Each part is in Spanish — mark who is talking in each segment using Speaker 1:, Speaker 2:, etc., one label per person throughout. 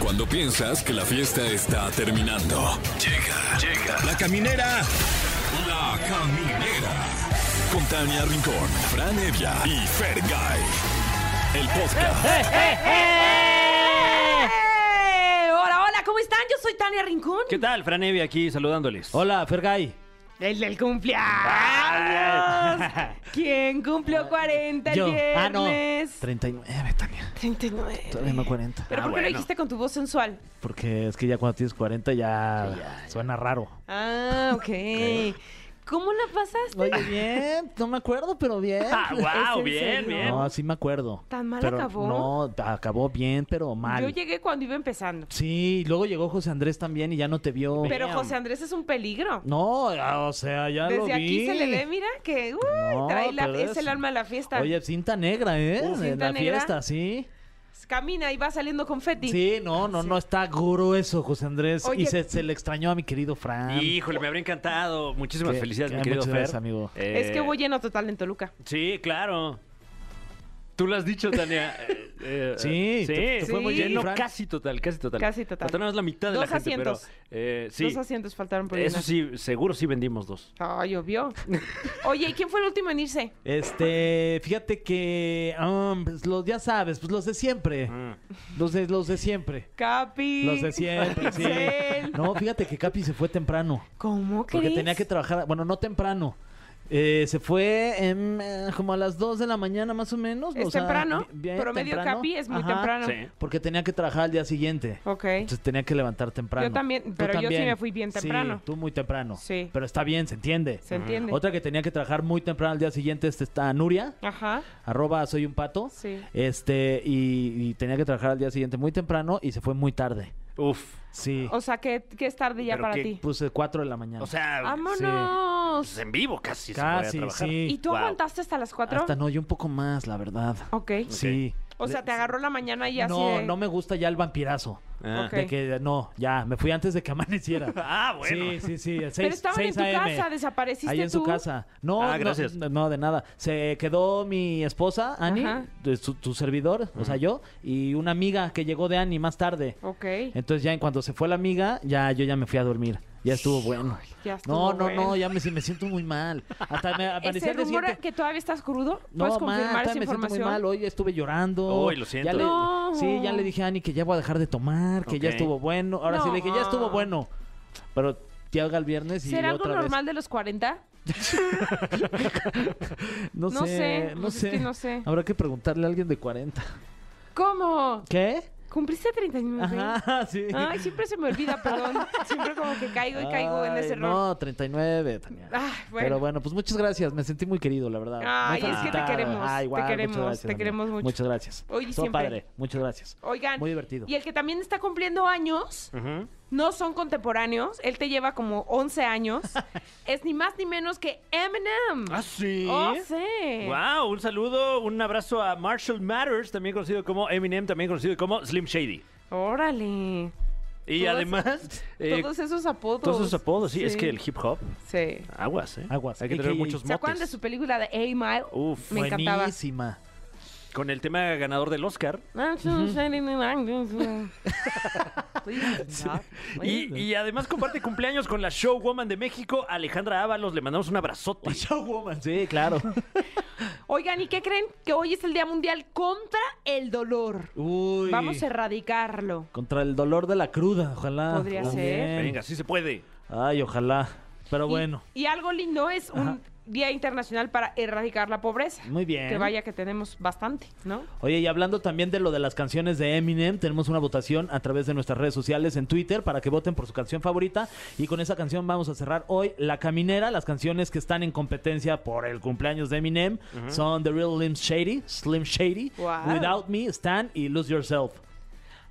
Speaker 1: Cuando piensas que la fiesta está terminando. Llega, llega. La caminera. La caminera. Con Tania Rincón, Fran Evia y Fergay. El podcast.
Speaker 2: ¡Eh! Hola, hola, ¿cómo están? Yo soy Tania Rincón.
Speaker 3: ¿Qué tal? Fran Evia aquí saludándoles.
Speaker 4: Hola, Fergay.
Speaker 2: El del cumpleaños. ¿Quién cumplió 40 el
Speaker 4: Yo. Ah, no.
Speaker 2: viernes?
Speaker 4: 39, Tania.
Speaker 2: 39.
Speaker 4: Todavía no 40.
Speaker 2: ¿Pero
Speaker 3: Ah,
Speaker 2: por qué lo
Speaker 3: bueno.
Speaker 2: dijiste con tu voz sensual?
Speaker 4: Porque es que ya cuando tienes 40 ya, suena raro.
Speaker 2: Ah, ok. ¿Cómo la pasaste?
Speaker 4: Oye, bien. No me acuerdo, pero bien.
Speaker 3: Ah,
Speaker 2: ¿Es
Speaker 3: wow,
Speaker 2: en
Speaker 3: bien,
Speaker 2: serio?
Speaker 3: bien.
Speaker 4: No, sí me acuerdo.
Speaker 2: ¿Tan mal
Speaker 4: Pero
Speaker 2: acabó?
Speaker 4: No, acabó bien, pero mal.
Speaker 2: Yo llegué cuando iba empezando.
Speaker 4: Sí, luego llegó José Andrés también y ya no te vio.
Speaker 2: Pero José Andrés es un peligro.
Speaker 4: No, ah, o sea, ya lo vi.
Speaker 2: Desde aquí se le ve, mira, que uy,
Speaker 4: No,
Speaker 2: trae la-
Speaker 4: pero
Speaker 2: es
Speaker 4: es-
Speaker 2: el alma de la fiesta.
Speaker 4: Oye, cinta negra, ¿eh?
Speaker 2: Uh,
Speaker 4: en
Speaker 2: cinta
Speaker 4: la
Speaker 2: negra.
Speaker 4: fiesta, sí.
Speaker 2: Camina y va saliendo confeti.
Speaker 4: Sí, no, no, no está grueso, José Andrés.
Speaker 2: Oye.
Speaker 4: Y se, se le extrañó a mi querido Fran.
Speaker 3: Híjole, me habría encantado. Muchísimas
Speaker 4: Qué-
Speaker 3: felicidades,
Speaker 4: qué-
Speaker 3: mi querido
Speaker 4: muchas
Speaker 3: Fer.
Speaker 4: gracias, amigo.
Speaker 3: Eh,
Speaker 2: Es que hubo lleno total en Toluca.
Speaker 3: Sí, claro. Tú lo has dicho, Tania. Eh, eh,
Speaker 4: Sí,
Speaker 3: sí,
Speaker 4: te-
Speaker 2: te fue muy bien,
Speaker 3: lleno,
Speaker 4: Fran.
Speaker 3: casi total, casi total.
Speaker 2: Casi total.
Speaker 3: No tenemos la mitad de
Speaker 2: Dos
Speaker 3: la gente,
Speaker 2: asientos.
Speaker 3: pero eh, sí.
Speaker 2: Dos asientos faltaron por
Speaker 3: Eso
Speaker 2: llenar.
Speaker 3: sí, seguro sí vendimos dos.
Speaker 2: Ah, llovió. Oye, ¿y quién fue el último en irse?
Speaker 4: Este, fíjate que um, pues los ya sabes, pues los de siempre,
Speaker 3: Mm.
Speaker 4: los de los de siempre.
Speaker 2: Capi.
Speaker 4: Los de siempre, sí.
Speaker 2: Marcel.
Speaker 4: No, fíjate que Capi se fue temprano,
Speaker 2: ¿Cómo crees?
Speaker 4: porque tenía que trabajar, bueno, no temprano. Eh, se fue em, eh, como a las 2 de la mañana más o menos.
Speaker 2: Es
Speaker 4: o sea,
Speaker 2: temprano,
Speaker 4: bi- bien
Speaker 2: promedio
Speaker 4: temprano.
Speaker 2: Capi es muy
Speaker 4: Ajá,
Speaker 2: temprano.
Speaker 3: Sí.
Speaker 4: Porque tenía que trabajar al día siguiente.
Speaker 2: Ok.
Speaker 4: Entonces tenía que levantar temprano.
Speaker 2: Yo también,
Speaker 4: Tú
Speaker 2: pero yo sí
Speaker 4: también.
Speaker 2: me fui bien temprano.
Speaker 4: Sí, tú muy temprano.
Speaker 2: Sí.
Speaker 4: Pero está bien, se entiende.
Speaker 2: Se entiende.
Speaker 4: Otra que tenía que trabajar muy temprano al día siguiente este, está Nuria,
Speaker 2: Ajá.
Speaker 4: arroba soy un pato.
Speaker 2: Sí.
Speaker 4: Este, y, y tenía que trabajar al día siguiente muy temprano y se fue muy tarde.
Speaker 3: Uf.
Speaker 4: Sí.
Speaker 2: O sea, que, que es tarde ya
Speaker 3: Pero
Speaker 2: para
Speaker 3: qué-
Speaker 2: ti.
Speaker 4: Puse 4 de la mañana.
Speaker 3: O sea,
Speaker 2: Ah, ¡Vámonos!
Speaker 3: pues en vivo casi. se fue a
Speaker 4: Ah. casi,
Speaker 3: trabajar.
Speaker 4: sí.
Speaker 2: ¿Y tú
Speaker 3: Wow.
Speaker 2: aguantaste hasta las 4?
Speaker 4: Hasta no, yo un poco más, la verdad.
Speaker 2: Ok.
Speaker 4: Sí.
Speaker 2: O sea, te agarró la mañana y así.
Speaker 4: No,
Speaker 2: de-
Speaker 4: no me gusta ya el vampirazo.
Speaker 3: Ah.
Speaker 2: Ok.
Speaker 4: De que no, ya, me fui antes de que amaneciera.
Speaker 3: Ah, bueno.
Speaker 4: Sí, sí, sí. el
Speaker 2: Pero
Speaker 4: seis-
Speaker 2: estaban en
Speaker 4: 6
Speaker 2: tu
Speaker 4: AM.
Speaker 2: casa, desapareciste
Speaker 4: Ahí en su
Speaker 2: tú.
Speaker 4: casa. No,
Speaker 3: Ah,
Speaker 4: no,
Speaker 3: gracias.
Speaker 4: No, de nada. Se quedó mi esposa, Ani,
Speaker 2: Ajá.
Speaker 4: de su- tu servidor, o sea, yo, y una amiga que llegó de Ani más tarde.
Speaker 2: Ok.
Speaker 4: Entonces ya en cuanto se fue la amiga, ya yo ya me fui a dormir. Ya estuvo bueno.
Speaker 2: ya estuvo
Speaker 4: no, no,
Speaker 2: bueno.
Speaker 4: no, ya me, me siento muy mal. Hasta me apareció
Speaker 2: ¿Ese
Speaker 4: el día
Speaker 2: rumor
Speaker 4: siguiente.
Speaker 2: que todavía estás crudo? ¿Puedes
Speaker 4: No,
Speaker 2: confirmar
Speaker 4: ma,
Speaker 2: esa
Speaker 4: me siento muy
Speaker 2: información?
Speaker 4: mal. Hoy estuve llorando.
Speaker 3: Uy, lo siento.
Speaker 4: Ya le-
Speaker 2: No.
Speaker 4: Sí, ya le dije a Ani que ya voy a dejar de tomar, que ya
Speaker 3: Ok.
Speaker 4: estuvo bueno. Ahora sí le dije, ya estuvo
Speaker 2: No.
Speaker 4: bueno. Pero te haga el viernes y
Speaker 2: ¿Será algo
Speaker 4: otra vez.
Speaker 2: normal de los 40?
Speaker 4: No,
Speaker 2: No sé,
Speaker 4: sé, no
Speaker 2: pues es
Speaker 4: sé.
Speaker 2: que no sé.
Speaker 4: Habrá que preguntarle a alguien de 40.
Speaker 2: ¿Cómo?
Speaker 4: ¿Qué?
Speaker 2: ¿Cumpliste 39?
Speaker 4: Ajá, sí.
Speaker 2: Ay, siempre se me olvida, perdón. Siempre como que caigo y caigo en
Speaker 4: Ay,
Speaker 2: ese error.
Speaker 4: No, 39, Tania.
Speaker 2: Ah, bueno.
Speaker 4: Pero bueno, pues muchas gracias. Me sentí muy querido, la verdad.
Speaker 2: Ay,
Speaker 4: Muy
Speaker 2: es que te
Speaker 4: felicitado.
Speaker 2: queremos,
Speaker 4: Ah,
Speaker 2: te
Speaker 4: igual, muchas
Speaker 2: queremos,
Speaker 4: gracias,
Speaker 2: te
Speaker 4: amigo.
Speaker 2: queremos mucho.
Speaker 4: Muchas gracias.
Speaker 2: Oye,
Speaker 4: Estuvo
Speaker 2: siempre.
Speaker 4: padre. Muchas gracias.
Speaker 2: Oigan,
Speaker 4: Muy divertido.
Speaker 2: Y el que también está cumpliendo años,
Speaker 3: Ujú.
Speaker 2: no son contemporáneos, él te lleva como 11 años, es ni más ni menos que Eminem.
Speaker 3: Ah, sí.
Speaker 2: Oh, sí.
Speaker 3: Wow, un saludo, un abrazo a Marshall Matters, también conocido como Eminem, también conocido como Slim Shady.
Speaker 2: Órale.
Speaker 3: Y
Speaker 2: Todos-
Speaker 3: además, eh,
Speaker 2: todos esos apodos.
Speaker 3: todos esos apodos, sí, es que el hip hop,
Speaker 2: Sí.
Speaker 3: aguas, ¿eh?
Speaker 4: Aguas.
Speaker 3: Hay que
Speaker 4: Y
Speaker 3: tener
Speaker 4: que-
Speaker 3: muchos
Speaker 2: ¿Se acuerdan de
Speaker 3: motes.
Speaker 2: su película de A Mile?
Speaker 3: Uf,
Speaker 2: Me encantaba.
Speaker 4: Buenísima.
Speaker 3: Con el tema ganador del Oscar. Y, y además comparte cumpleaños con la showwoman de México, Alejandra Ábalos. Le mandamos un abrazote.
Speaker 4: Showwoman, sí, claro.
Speaker 2: Oigan, ¿y qué creen? Que hoy es el Día Mundial contra el Dolor.
Speaker 4: Uy.
Speaker 2: Vamos a erradicarlo.
Speaker 4: Contra el dolor de la cruda, ojalá.
Speaker 2: Podría ser.
Speaker 4: Bien.
Speaker 3: Venga, sí se puede.
Speaker 4: Ay, ojalá. Pero
Speaker 2: Y-
Speaker 4: bueno,
Speaker 2: Y, algo lindo es un Día Internacional para erradicar la pobreza.
Speaker 4: muy bien.
Speaker 2: Que vaya que tenemos bastante, ¿no?
Speaker 4: Oye, y hablando también de lo de las canciones de Eminem, tenemos una votación a través de nuestras redes sociales en Twitter para que voten por su canción favorita. Y con esa canción vamos a cerrar hoy La Caminera. Las canciones que están en competencia por el cumpleaños de Eminem son The Real Slim Shady, Slim Shady,
Speaker 2: Wow.
Speaker 4: Without Me, Stan y Lose Yourself.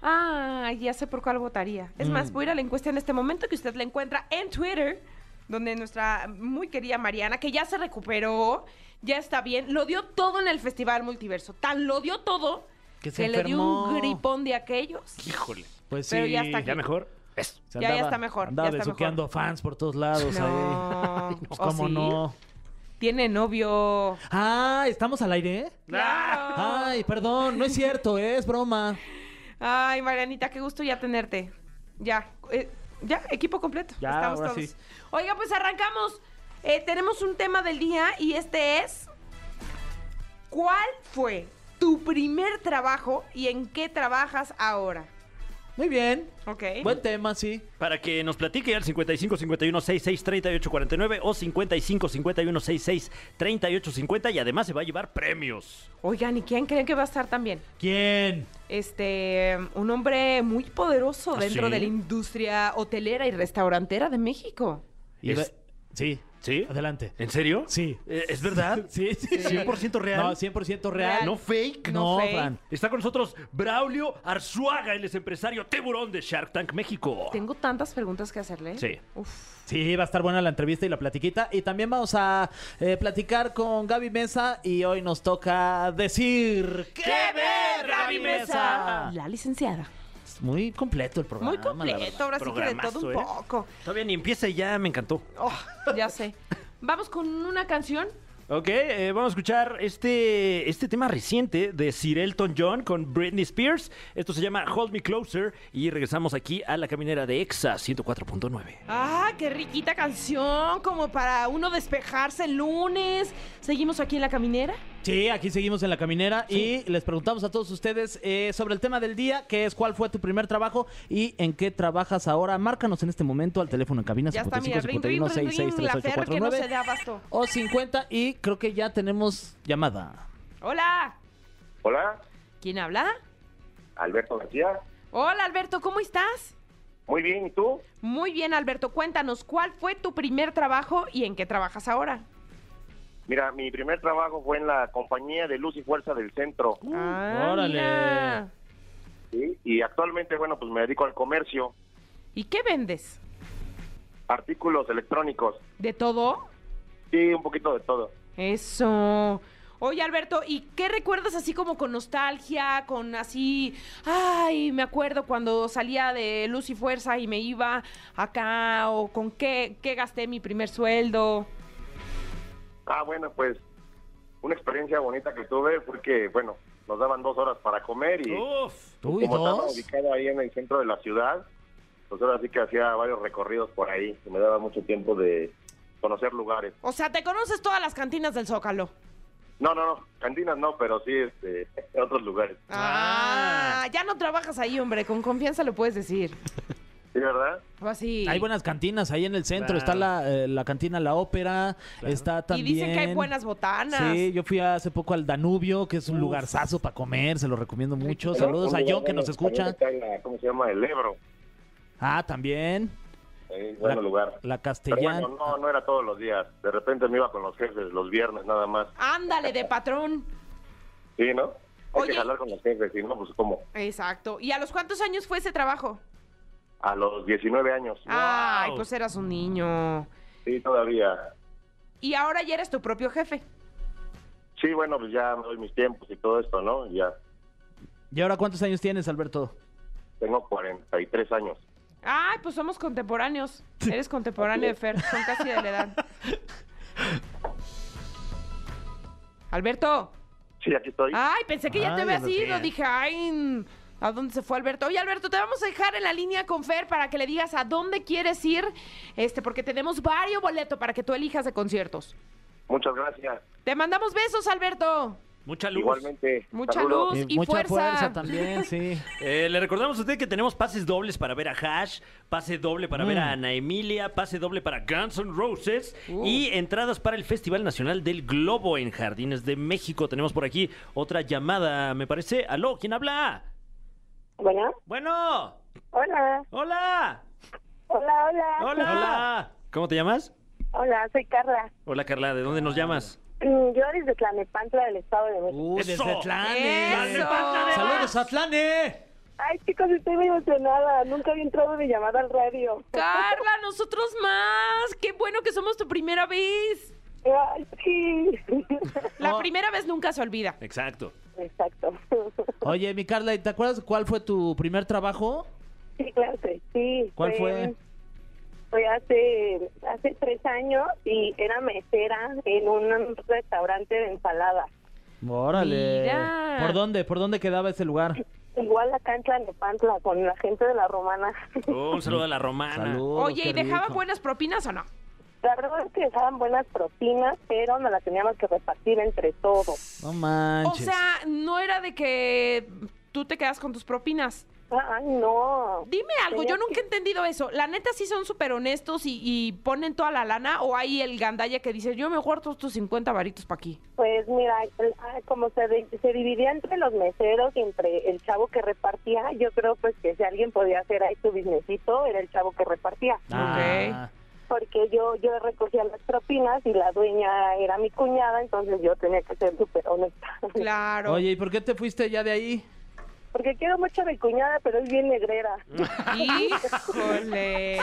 Speaker 2: Ah, ya sé por cuál votaría. Es
Speaker 4: Mm.
Speaker 2: más, voy a ir a la encuesta en este momento que usted la encuentra en Twitter, donde nuestra muy querida Mariana, que ya se recuperó, ya está bien, lo dio todo en el Festival Multiverso. Tan lo dio todo
Speaker 4: Que se
Speaker 2: le dio un
Speaker 4: enfermó.
Speaker 2: gripón de aquellos.
Speaker 3: Híjole.
Speaker 4: Pues
Speaker 2: Pero
Speaker 4: sí,
Speaker 2: ya está aquí.
Speaker 3: Ya mejor. Eso.
Speaker 4: se
Speaker 2: Ya, ya está mejor,
Speaker 4: Andaba
Speaker 2: ya está
Speaker 4: besuqueando
Speaker 2: mejor.
Speaker 4: fans por todos lados ahí.
Speaker 2: No,
Speaker 4: Pues,
Speaker 2: ¿o
Speaker 4: ¿Cómo
Speaker 2: sí?
Speaker 4: no?
Speaker 2: Tiene novio.
Speaker 4: Ah, ¿estamos al aire?
Speaker 2: Claro.
Speaker 4: Ay, perdón, no es cierto, ¿eh? es broma.
Speaker 2: Ay, Marianita, qué gusto ya tenerte. Ya, eh, ya, equipo completo.
Speaker 3: Ya,
Speaker 2: Estamos
Speaker 3: ahora
Speaker 2: todos.
Speaker 3: sí.
Speaker 2: Oiga, pues arrancamos. Eh, tenemos un tema del día y este es. ¿Cuál fue tu primer trabajo y en qué trabajas ahora?
Speaker 4: Muy bien.
Speaker 2: Ok.
Speaker 4: Buen tema, sí.
Speaker 3: Para que nos platique al 55 51 66 38 49 o 55 51 66 38 50 y además se va a llevar premios.
Speaker 2: Oigan, ¿y quién creen que va a estar también?
Speaker 4: ¿Quién?
Speaker 2: Este, un hombre muy poderoso
Speaker 3: ¿Ah,
Speaker 2: dentro
Speaker 3: sí?
Speaker 2: de la industria hotelera y restaurantera de México.
Speaker 4: Y
Speaker 3: Es-
Speaker 4: ve- Sí,
Speaker 3: ¿Sí?
Speaker 4: adelante.
Speaker 3: ¿En serio?
Speaker 4: Sí.
Speaker 3: Eh, ¿Es verdad?
Speaker 4: Sí, sí.
Speaker 3: 100% real.
Speaker 4: No, 100% real.
Speaker 2: Real.
Speaker 3: ¿No fake?
Speaker 2: No
Speaker 4: No,
Speaker 2: fake.
Speaker 4: Fran.
Speaker 3: Está con nosotros Braulio Arzuaga, él es empresario tiburón de Shark Tank México.
Speaker 2: Tengo tantas preguntas que hacerle.
Speaker 3: Sí.
Speaker 2: Uf.
Speaker 4: Sí, va a estar buena la entrevista y la platiquita. Y también vamos a eh, platicar con Gaby Mesa. Y hoy nos toca decir.
Speaker 3: ¡Qué ver, Gaby Mesa!
Speaker 2: La licenciada.
Speaker 4: Es Muy completo el programa.
Speaker 2: Muy
Speaker 4: la
Speaker 2: completo,
Speaker 4: verdad.
Speaker 2: ahora sí que de todo un
Speaker 3: Ah, Programazo, ¿eh?
Speaker 2: poco.
Speaker 3: Todavía ni empieza y ya me encantó.
Speaker 2: Oh, ya sé. Vamos con una canción.
Speaker 3: Ok, eh, vamos a escuchar este, este tema reciente de Sir Elton John con Britney Spears. Esto se llama Hold Me Closer y regresamos aquí a la caminera de EXA 104.9.
Speaker 2: Ah, qué riquita canción, como para uno despejarse el lunes. Seguimos aquí en la caminera.
Speaker 4: Sí, aquí seguimos en la caminera y les preguntamos a todos ustedes eh, sobre el tema del día, que es cuál fue tu primer trabajo y en qué trabajas ahora. Márcanos en este momento al teléfono en cabina
Speaker 2: Ya está, mira,
Speaker 4: 55
Speaker 2: ring, ring,
Speaker 4: 51
Speaker 2: ring, ring, la
Speaker 4: 66
Speaker 2: Fer que no se
Speaker 4: 3849
Speaker 2: da abasto.
Speaker 4: o 50 y creo que ya tenemos llamada.
Speaker 2: Hola,
Speaker 5: Hola,
Speaker 2: ¿quién habla?
Speaker 5: Alberto García.
Speaker 2: Hola, Alberto, ¿cómo estás?
Speaker 5: Muy bien, ¿y tú?
Speaker 2: Muy bien, Alberto, cuéntanos, ¿cuál fue tu primer trabajo y en qué trabajas ahora?
Speaker 5: Mira, mi primer trabajo fue en la compañía de Luz y Fuerza del Centro.
Speaker 2: Ah,
Speaker 4: órale.
Speaker 2: mira.
Speaker 5: ¿sí? Y actualmente, bueno, pues me dedico al comercio,
Speaker 2: ¿Y qué vendes?
Speaker 5: artículos electrónicos.
Speaker 2: ¿De todo?
Speaker 5: Sí, un poquito de todo.
Speaker 2: Eso. Oye, Alberto, ¿y qué recuerdas así como con nostalgia, con así, ay, me acuerdo cuando salía de Luz y Fuerza y me iba acá, o con qué, qué gasté mi primer sueldo?
Speaker 5: Ah, bueno, pues una experiencia bonita que tuve fue que, bueno, nos daban dos horas para comer y
Speaker 3: Uf.
Speaker 4: Tú Oh, y
Speaker 5: como estaba
Speaker 4: dos.
Speaker 5: ubicado ahí en el centro de la ciudad, pues ahora sí que hacía varios recorridos por ahí. y me daba mucho tiempo de conocer lugares.
Speaker 2: O sea, te conoces todas las cantinas del Zócalo.
Speaker 5: No, no, no, cantinas no, pero sí este, otros lugares.
Speaker 2: Ah,
Speaker 3: Ah.
Speaker 2: ya no trabajas ahí, hombre, con confianza lo puedes decir.
Speaker 5: ¿Sí, verdad?
Speaker 2: O así.
Speaker 4: Hay buenas cantinas ahí en el centro.
Speaker 3: Claro.
Speaker 4: Está la, eh, la cantina La Ópera. Está
Speaker 2: y
Speaker 4: también.
Speaker 2: dicen que hay buenas botanas.
Speaker 4: Sí, yo fui hace poco al Danubio, que es un lugarzazo para comer, se lo recomiendo mucho. Saludos a
Speaker 5: Un lugar
Speaker 4: John que
Speaker 5: bueno,
Speaker 4: nos escucha.
Speaker 5: también está en la- ¿Cómo se llama? El Ebro.
Speaker 4: Ah, también.
Speaker 5: Eh,
Speaker 4: La,
Speaker 5: buen lugar.
Speaker 4: la
Speaker 5: Pero
Speaker 4: Castellana.
Speaker 5: bueno, no, no era todos los días. De repente me iba con los jefes los viernes nada más.
Speaker 2: Ándale, de patrón.
Speaker 5: Sí, ¿no? Hay
Speaker 2: Oye.
Speaker 5: que hablar con los jefes, y no, pues ¿cómo?
Speaker 2: Exacto. ¿Y a los cuántos años fue ese trabajo?
Speaker 5: A los 19 años.
Speaker 2: Ay, pues eras un niño.
Speaker 5: Sí, todavía.
Speaker 2: Y ahora ya eres tu propio jefe.
Speaker 5: Sí, bueno, pues ya me doy mis tiempos y todo esto, ¿no? Ya
Speaker 4: ¿Y ahora cuántos años tienes, Alberto?
Speaker 5: tengo 43 años.
Speaker 2: Ay, pues somos contemporáneos. Eres contemporáneo de Fer, son casi de la edad. Alberto.
Speaker 5: Sí, aquí estoy.
Speaker 2: Ay, pensé que ya te
Speaker 4: Ay,
Speaker 2: habías
Speaker 4: Alberto.
Speaker 2: ido. Dije, ay, mm, ¿a dónde se fue Alberto? Oye, Alberto, te vamos a dejar en la línea con Fer para que le digas a dónde quieres ir, este, porque tenemos varios boletos para que tú elijas de conciertos.
Speaker 5: Muchas gracias.
Speaker 2: Te mandamos besos, Alberto.
Speaker 3: Mucha luz.
Speaker 5: Igualmente.
Speaker 2: Mucha
Speaker 5: saludos.
Speaker 2: luz.
Speaker 4: Eh,
Speaker 2: Pues, y
Speaker 4: mucha
Speaker 2: fuerza.
Speaker 4: también, sí.
Speaker 3: Eh, le recordamos a usted que tenemos pases dobles para ver a Hash, pase doble para ver a Ana Emilia, pase doble para Guns N' Roses y entradas para el Festival Nacional del Globo en Jardines de México. Tenemos por aquí otra llamada, me parece. Aló, ¿quién habla?
Speaker 6: Bueno,
Speaker 3: Bueno,
Speaker 6: hola,
Speaker 3: hola,
Speaker 6: hola, hola.
Speaker 3: hola, hola. ¿Cómo te llamas?
Speaker 6: Hola, soy Carla.
Speaker 3: Hola Carla, ¿de dónde nos llamas?
Speaker 6: Mm, Yo desde Tlanepantla del Estado de México.
Speaker 4: Uy,
Speaker 3: ¡Eso!
Speaker 4: desde Atlane.
Speaker 2: ¡Eso!
Speaker 4: Saludos, Atlane.
Speaker 6: Ay, chicos, estoy muy emocionada. Nunca había entrado de llamada al radio.
Speaker 2: Carla, nosotros más. Qué bueno que somos tu primera vez.
Speaker 6: Ay, sí.
Speaker 2: La
Speaker 4: Oh.
Speaker 2: primera vez nunca se olvida.
Speaker 3: Exacto.
Speaker 6: Exacto.
Speaker 4: Oye, mi Carla, ¿y ¿te acuerdas cuál fue tu primer trabajo?
Speaker 6: Sí, claro que sí.
Speaker 4: ¿Cuál fue?
Speaker 6: Fue hace, hace tres años y era mesera en un restaurante de ensalada.
Speaker 4: Órale.
Speaker 2: Mira.
Speaker 4: ¿Por dónde? ¿Por dónde quedaba ese lugar?
Speaker 6: Igual acá en Tlalnepantla con la gente de la romana.
Speaker 3: Oh, un saludo a la romana.
Speaker 4: Saludos,
Speaker 2: Oye,
Speaker 4: Oh, qué
Speaker 2: ¿y dejaba
Speaker 4: rico.
Speaker 2: buenas propinas o no?
Speaker 6: La verdad es que dejaban buenas propinas, pero nos las teníamos que repartir entre todos.
Speaker 4: No
Speaker 2: O
Speaker 4: manches.
Speaker 2: sea, no era de que tú te quedas con tus propinas.
Speaker 6: Ay, no.
Speaker 2: Dime algo, yo
Speaker 6: Tenías
Speaker 2: nunca he entendido eso. La neta sí son súper honestos y, y ponen toda la lana o hay el gandalla que dice, yo me guardo estos 50 varitos para aquí.
Speaker 6: Pues mira, el- ah, como se, di- se dividía entre los meseros y entre el chavo que repartía, yo creo pues que si alguien podía hacer ahí su businessito, era el chavo que repartía.
Speaker 4: Ah,
Speaker 6: Porque yo yo recogía las propinas y la dueña era mi cuñada, entonces yo tenía que ser súper honesta.
Speaker 2: Claro.
Speaker 4: Oye, ¿y por qué te fuiste ya de ahí?
Speaker 6: Porque quiero mucho a mi cuñada, pero es bien negrera.
Speaker 2: Híjole.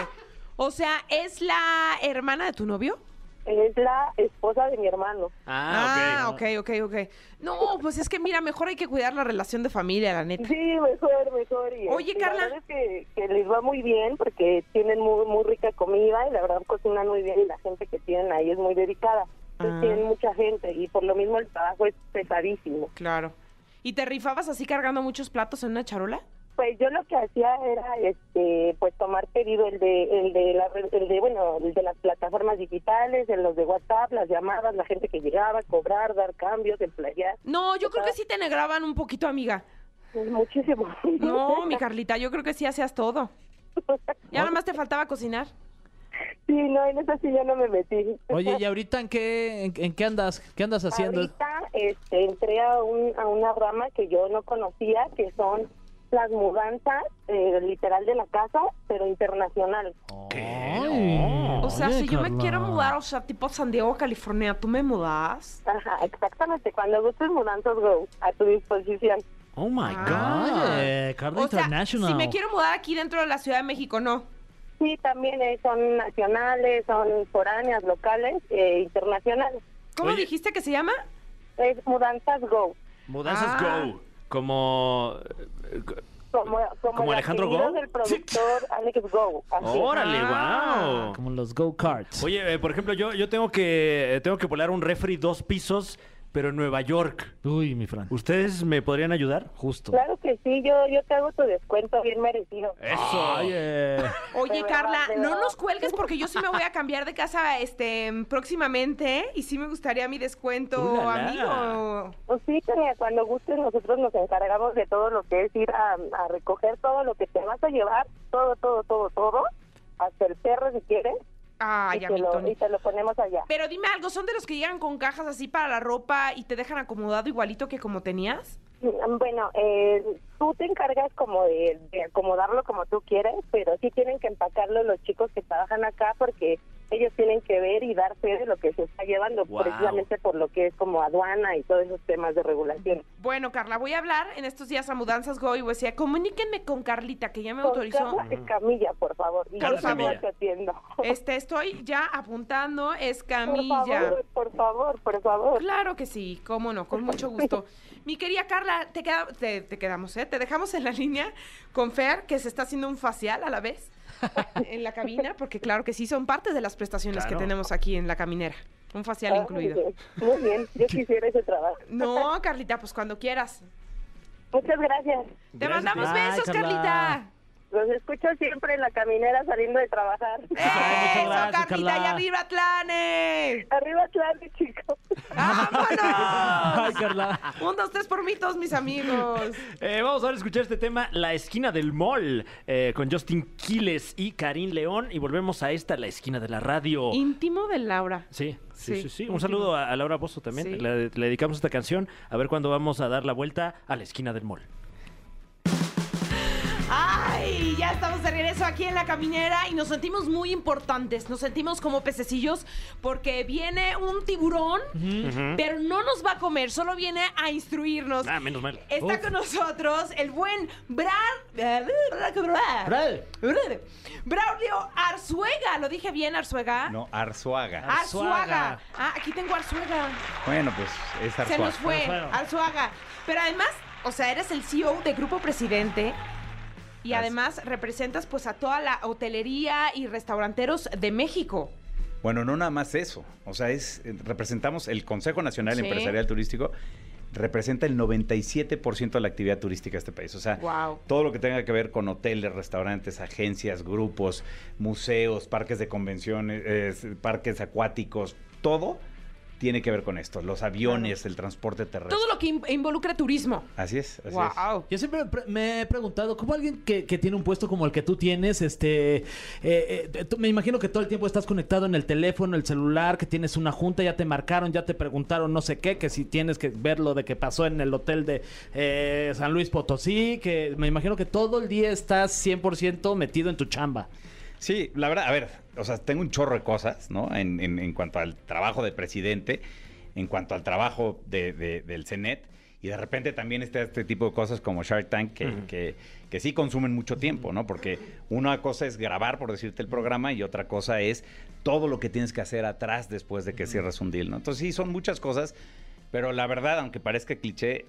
Speaker 2: O sea, ¿es la hermana de tu novio?
Speaker 6: Es la esposa de mi hermano.
Speaker 3: Ah, ok.
Speaker 2: ok, ok, ok. No, pues es que mira, mejor hay que cuidar la relación de familia, la neta.
Speaker 6: Sí, mejor, mejor. Y,
Speaker 2: Oye,
Speaker 6: este,
Speaker 2: Carla.
Speaker 6: La verdad es que, que les va muy bien porque tienen muy, muy rica comida y la verdad cocinan muy bien y la gente que tienen ahí es muy dedicada. Entonces
Speaker 2: Ah.
Speaker 6: tienen mucha gente y por lo mismo el trabajo es pesadísimo.
Speaker 2: Claro. ¿Y te rifabas así cargando muchos platos en una charola?
Speaker 6: Pues yo lo que hacía era este pues tomar pedido el de el de la red- el de bueno, el de las plataformas digitales, en los de WhatsApp, las llamadas, la gente que llegaba, cobrar, dar cambios, emplear,
Speaker 2: No, yo creo que sí te negraban un poquito, amiga.
Speaker 6: muchísimo.
Speaker 2: Mm. No, mi Carlita, yo creo que sí hacías todo. Ya nada más te faltaba cocinar.
Speaker 6: Sí, no, en eso sí yo no me metí.
Speaker 4: Oye, ¿y ahorita en qué, en, en qué andas? ¿Qué andas haciendo?
Speaker 6: Ahorita este, entré a, un, a una rama que yo no conocía, que son las mudanzas, eh, literal de la casa, pero internacional.
Speaker 3: Oh.
Speaker 4: Ay,
Speaker 2: O sea,
Speaker 4: oye,
Speaker 2: si yo me
Speaker 4: Carla.
Speaker 2: quiero mudar, o sea, tipo San Diego, California, ¿tú me mudas?
Speaker 6: Ajá, exactamente. Cuando gustes mudanzas, go, a tu disposición.
Speaker 3: Oh my
Speaker 2: Ah.
Speaker 4: Oye, eh, Carla
Speaker 2: O sea,
Speaker 4: International.
Speaker 2: si me quiero mudar aquí dentro de la Ciudad de México, no.
Speaker 6: Sí, también eh, son nacionales, son foráneas, locales, eh, internacionales.
Speaker 2: ¿Cómo
Speaker 3: Oye.
Speaker 2: dijiste que se llama?
Speaker 6: Es mudanzas, go.
Speaker 3: God. Mudanzas
Speaker 2: Ah.
Speaker 3: Go. Como. eh,
Speaker 6: Como, como,
Speaker 3: ¿Como
Speaker 6: el
Speaker 3: Alejandro
Speaker 6: apellido
Speaker 3: Go?
Speaker 6: del productor Alex Go. así.
Speaker 3: Órale,
Speaker 2: Ah.
Speaker 3: wow.
Speaker 4: Como los go-karts.
Speaker 3: Oye, eh, por ejemplo, yo, yo tengo que eh, tengo que volar un refri dos pisos, pero en Nueva York.
Speaker 4: Uy, mi Fran.
Speaker 3: ¿Ustedes me podrían ayudar?
Speaker 4: Justo.
Speaker 6: Claro que sí, yo, yo te hago tu descuento bien merecido.
Speaker 3: Eh, Eso.
Speaker 2: eh.
Speaker 4: Oye.
Speaker 2: Oye,
Speaker 6: De verdad,
Speaker 2: Carla,
Speaker 6: de
Speaker 2: no
Speaker 6: verdad.
Speaker 2: nos cuelgues porque yo sí me voy a cambiar de casa este próximamente y sí me gustaría mi descuento,
Speaker 3: Ulala.
Speaker 2: amigo.
Speaker 6: Pues sí, Tania, cuando gustes nosotros nos encargamos de todo lo que es ir a, a recoger todo lo que te vas a llevar, todo, todo, todo, todo, hasta el perro si quieres,
Speaker 2: Ay,
Speaker 6: y,
Speaker 2: ya
Speaker 6: te
Speaker 2: mi
Speaker 6: lo, y
Speaker 2: Tony.
Speaker 6: te lo ponemos allá.
Speaker 2: Pero dime algo, ¿son de los que llegan con cajas así para la ropa y te dejan acomodado igualito que como tenías?
Speaker 6: Mm, Bueno, eh, tú te encargas como de, de acomodarlo como tú quieres, pero sí tienen que empacarlo los chicos que trabajan acá porque ellos tienen que ver y dar fe de lo que se está llevando
Speaker 3: Wow.
Speaker 6: precisamente por lo que es como aduana y todos esos temas de regulación.
Speaker 2: Bueno, Carla, voy a hablar en estos días a Mudanzas Go y voy a decir, comuníquenme con Carlita, que ya me
Speaker 6: Con
Speaker 2: autorizó.
Speaker 6: Carla Escamilla, por favor. y
Speaker 2: Carla
Speaker 6: yo también
Speaker 3: Escamilla.
Speaker 6: te atiendo.
Speaker 2: Este, estoy ya apuntando, es Camilla.
Speaker 6: Por favor, por favor, por favor.
Speaker 2: Claro que sí, cómo no, con mucho gusto. Mi querida Carla, te, queda- te, te quedamos, ¿eh? Te dejamos en la línea con Fer, que se está haciendo un facial a la vez en la cabina, porque claro que sí, son partes de las prestaciones
Speaker 3: Claro.
Speaker 2: que tenemos aquí en la caminera. Un facial
Speaker 6: Ay,
Speaker 2: incluido.
Speaker 6: Muy bien, yo quisiera ese trabajo.
Speaker 2: No, Carlita, pues cuando quieras.
Speaker 6: Muchas gracias.
Speaker 2: Te
Speaker 3: Gracias.
Speaker 2: mandamos
Speaker 4: Ay,
Speaker 2: besos,
Speaker 4: Carla.
Speaker 2: Carlita.
Speaker 6: Los escucho siempre en la caminera saliendo de trabajar.
Speaker 4: Ay,
Speaker 2: Eso,
Speaker 4: muchas gracias,
Speaker 2: Carlita, y
Speaker 4: Carla.
Speaker 2: arriba, Atlane.
Speaker 6: Arriba, Atlante, chicos.
Speaker 4: Ay,
Speaker 2: ¡Vámonos!
Speaker 4: Carla.
Speaker 2: Un, dos, tres por mí, todos mis amigos.
Speaker 3: Eh, vamos ahora a escuchar este tema, La esquina del mall, eh, con Justin Quiles y Karim León. Y volvemos a esta, La esquina de la radio.
Speaker 2: Íntimo de Laura.
Speaker 3: Sí, sí,
Speaker 2: Sí,
Speaker 3: sí, sí. Un
Speaker 2: último.
Speaker 3: saludo a, a Laura Bozo también.
Speaker 2: Sí.
Speaker 3: Le, le dedicamos esta canción. A ver cuándo vamos a dar la vuelta a la esquina del mall.
Speaker 2: ¡Ay! Ya estamos de regreso aquí en la caminera y nos sentimos muy importantes. Nos sentimos como pececillos porque viene un tiburón, pero no nos va a comer, solo viene a instruirnos.
Speaker 3: Ah, menos mal.
Speaker 2: Está
Speaker 4: Uf.
Speaker 2: con nosotros el buen Bran.
Speaker 4: Fran.
Speaker 2: Braulio Arzuega. ¿Lo dije bien, Arzuega?
Speaker 7: No, Arzuaga.
Speaker 2: Arzuaga.
Speaker 4: Arzuaga.
Speaker 2: Ah, aquí tengo Arzuega.
Speaker 7: Bueno, pues es
Speaker 2: Se
Speaker 7: Arzuaga.
Speaker 2: nos fue
Speaker 4: Arzuaga.
Speaker 2: Arzuaga. Pero además, o sea, eres el CEO de Grupo Presidente. Y además representas pues a toda la hotelería y restauranteros de México.
Speaker 7: Bueno, no nada más eso. O sea, es eh, representamos el Consejo Nacional
Speaker 2: Sí.
Speaker 7: Empresarial Turístico representa el 97% de la actividad turística de este país. O sea,
Speaker 2: Guau.
Speaker 7: todo lo que tenga que ver con hoteles, restaurantes, agencias, grupos, museos, parques de convenciones, eh, parques acuáticos, todo tiene que ver con esto. Los aviones, el transporte terrestre.
Speaker 2: Todo lo que im- involucra turismo.
Speaker 7: Así es, así es.
Speaker 2: Wow.
Speaker 4: Yo siempre me pre- me he preguntado, ¿cómo alguien que, que tiene un puesto como el que tú tienes, este, eh, eh, tú- me imagino que todo el tiempo estás conectado en el teléfono, el celular, que tienes una junta, ya te marcaron, ya te preguntaron no sé qué, que si tienes que ver lo de que pasó en el hotel de eh, San Luis Potosí, que me imagino que todo el día estás 100% metido en tu chamba.
Speaker 7: Sí, la verdad, a ver, o sea, tengo un chorro de cosas, ¿no? En, en- en cuanto al trabajo de presidente, en cuanto al trabajo de- de- del CENET, y de repente también está este tipo de cosas como Shark Tank, que, que- que sí consumen mucho tiempo, ¿no? Porque una cosa es grabar, por decirte, el programa, y otra cosa es todo lo que tienes que hacer atrás después de que cierras un deal, ¿no? Entonces sí, son muchas cosas, pero la verdad, aunque parezca cliché,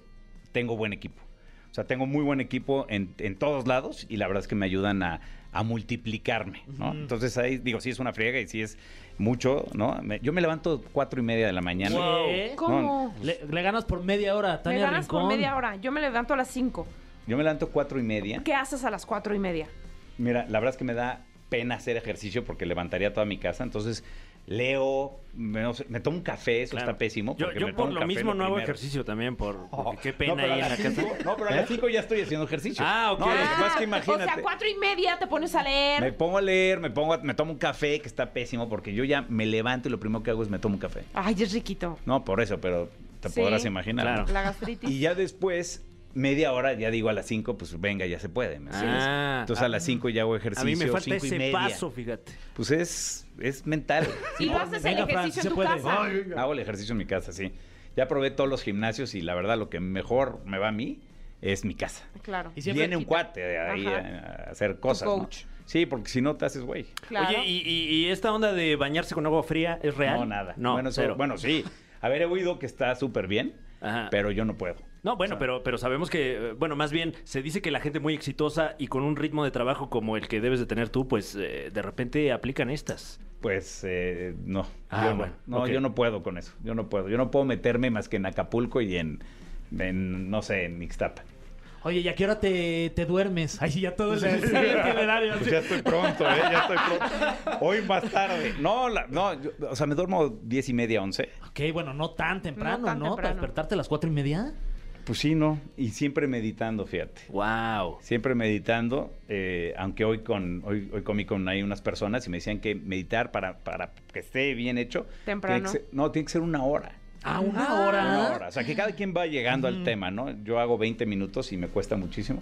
Speaker 7: tengo buen equipo. O sea, tengo muy buen equipo en, en todos lados y la verdad es que me ayudan a, a multiplicarme, ¿no? Entonces ahí digo, sí es una friega y sí es mucho, ¿no? Me- yo me levanto cuatro y media de la mañana.
Speaker 4: Wow.
Speaker 2: ¿Cómo?
Speaker 4: Le, le ganas por media hora,
Speaker 2: Me
Speaker 4: Tania
Speaker 2: ganas por
Speaker 4: Rincón.
Speaker 2: media hora. Yo me levanto a las 5.
Speaker 7: Yo me levanto cuatro y media.
Speaker 2: ¿Qué haces a las cuatro y media?
Speaker 7: Mira, la verdad es que me da pena hacer ejercicio porque levantaría toda mi casa, entonces leo, me, no sé, me tomo un café, eso
Speaker 3: Claro.
Speaker 7: está pésimo.
Speaker 3: Yo,
Speaker 7: porque
Speaker 3: yo
Speaker 7: me tomo
Speaker 3: por
Speaker 7: un
Speaker 3: lo
Speaker 7: café
Speaker 3: mismo no hago
Speaker 7: primero. Oh,
Speaker 3: ejercicio también, por porque qué
Speaker 7: No,
Speaker 3: pena
Speaker 7: pero a
Speaker 3: ahí en la
Speaker 7: las
Speaker 3: casa. ¿Eh?
Speaker 7: cinco- No, pero a las cinco ya estoy haciendo ejercicio.
Speaker 3: Ah, ok.
Speaker 7: No, lo que pasa es que
Speaker 2: Ah,
Speaker 7: imagínate.
Speaker 2: O sea, cuatro y media te pones a leer.
Speaker 7: Me pongo a leer, me pongo a- me tomo un café, que está pésimo, porque yo ya me levanto y lo primero que hago es me tomo un café.
Speaker 2: Ay, es riquito.
Speaker 7: No, por eso, pero te
Speaker 2: Sí.
Speaker 7: podrás imaginar.
Speaker 3: Claro.
Speaker 7: ¿no?
Speaker 2: La gastritis.
Speaker 7: Y ya después, media hora, ya digo a las 5, pues venga, ya se puede. ¿me entiendes?
Speaker 3: Ah.
Speaker 7: Entonces a las 5 ya hago ejercicio.
Speaker 3: A mí me falta
Speaker 7: cinco y
Speaker 3: ese
Speaker 7: media.
Speaker 3: paso, fíjate.
Speaker 7: Pues es, es mental. pues,
Speaker 2: Y lo
Speaker 4: No,
Speaker 2: haces
Speaker 4: venga,
Speaker 2: el
Speaker 4: Fran,
Speaker 2: ejercicio
Speaker 4: sí
Speaker 2: en tu
Speaker 4: se puede.
Speaker 2: casa.
Speaker 7: Hago el ejercicio en mi casa, sí. Ya probé todos los gimnasios y la verdad lo que mejor me va a mí es mi casa.
Speaker 2: Claro.
Speaker 4: Y siempre
Speaker 7: Viene un
Speaker 4: quita-
Speaker 7: cuate de ahí
Speaker 2: Ajá.
Speaker 7: a, a hacer cosas. ¿no?
Speaker 2: coach.
Speaker 7: Sí, porque si no te haces güey.
Speaker 2: Claro.
Speaker 3: Oye, ¿y, y- y esta onda de bañarse con agua fría es real?
Speaker 7: No, nada.
Speaker 3: No,
Speaker 7: bueno, eso-
Speaker 3: cero.
Speaker 7: bueno, sí. A ver, he oído que está súper bien,
Speaker 3: Ajá.
Speaker 7: pero yo no puedo.
Speaker 3: No, bueno, pero, pero sabemos que, eh, bueno, más bien se dice que la gente muy exitosa y con un ritmo de trabajo como el que debes de tener tú, pues eh, de repente aplican estas.
Speaker 7: Pues eh, no.
Speaker 3: Ah,
Speaker 7: yo no.
Speaker 3: bueno,
Speaker 7: No,
Speaker 3: ok.
Speaker 7: yo no puedo con eso. Yo no puedo. Yo no puedo meterme más que en Acapulco y en, en, no sé, en Ixtapa.
Speaker 4: Oye, ¿y a qué hora te, te duermes? Ay, ya todo el itinerario.
Speaker 7: Pues ya estoy pronto, ¿eh? Ya estoy pronto. Hoy más tarde. No, la- no yo- o sea, me duermo diez y media, once.
Speaker 4: Ok, bueno, no tan temprano, ¿no?
Speaker 2: tan
Speaker 4: Para
Speaker 2: temprano.
Speaker 4: despertarte a las cuatro y media.
Speaker 7: Pues sí, no. Y siempre meditando, fíjate.
Speaker 3: ¡Wow!
Speaker 7: Siempre meditando, eh, aunque hoy con hoy, hoy comí con ahí unas personas y me decían que meditar para, para que esté bien hecho.
Speaker 2: Temprano.
Speaker 7: tiene que ser- no, tiene que ser una hora.
Speaker 4: Ah, una hora.
Speaker 7: Una hora. O sea, que cada quien va llegando al tema, ¿no? Yo hago 20 minutos y me cuesta muchísimo.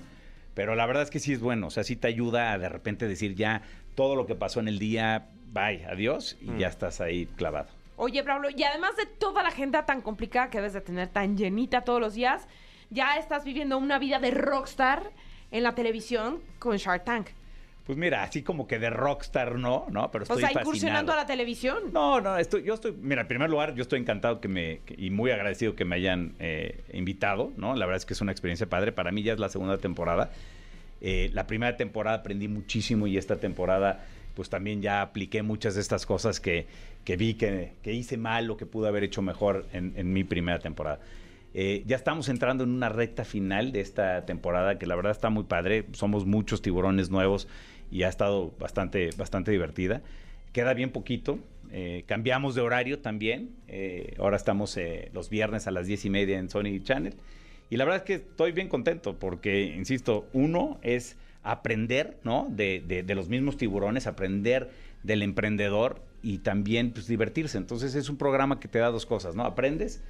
Speaker 7: Pero la verdad es que sí es bueno. O sea, sí te ayuda a de repente decir ya todo lo que pasó en el día, bye, adiós, y
Speaker 2: Mm.
Speaker 7: ya estás ahí clavado.
Speaker 2: Oye, Pablo, y además de toda la agenda tan complicada que debes de tener, tan llenita todos los días, ya estás viviendo una vida de rockstar en la televisión con Shark Tank.
Speaker 7: Pues mira, así como que de rockstar no, ¿no? Pero
Speaker 2: O
Speaker 7: estoy
Speaker 2: sea,
Speaker 7: fascinado.
Speaker 2: incursionando a la televisión.
Speaker 7: No, no, estoy, yo estoy, mira, en primer lugar, yo estoy encantado que me, que- y muy agradecido que me hayan eh, invitado, ¿no? La verdad es que es una experiencia padre, para mí ya es la segunda temporada. Eh, la primera temporada aprendí muchísimo y esta temporada pues también ya apliqué muchas de estas cosas que, que vi que, que hice mal o que pude haber hecho mejor en, en mi primera temporada. Eh, ya estamos entrando en una recta final de esta temporada que la verdad está muy padre. Somos muchos tiburones nuevos y ha estado bastante, bastante divertida. Queda bien poquito. Eh, cambiamos de horario también. Eh, ahora estamos eh, los viernes a las 10 y media en Sony Channel. Y la verdad es que estoy bien contento porque, insisto, uno es aprender, ¿no? De, de- de los mismos tiburones, aprender del emprendedor y también pues, divertirse. Entonces es un programa que te da dos cosas, ¿no? Aprendes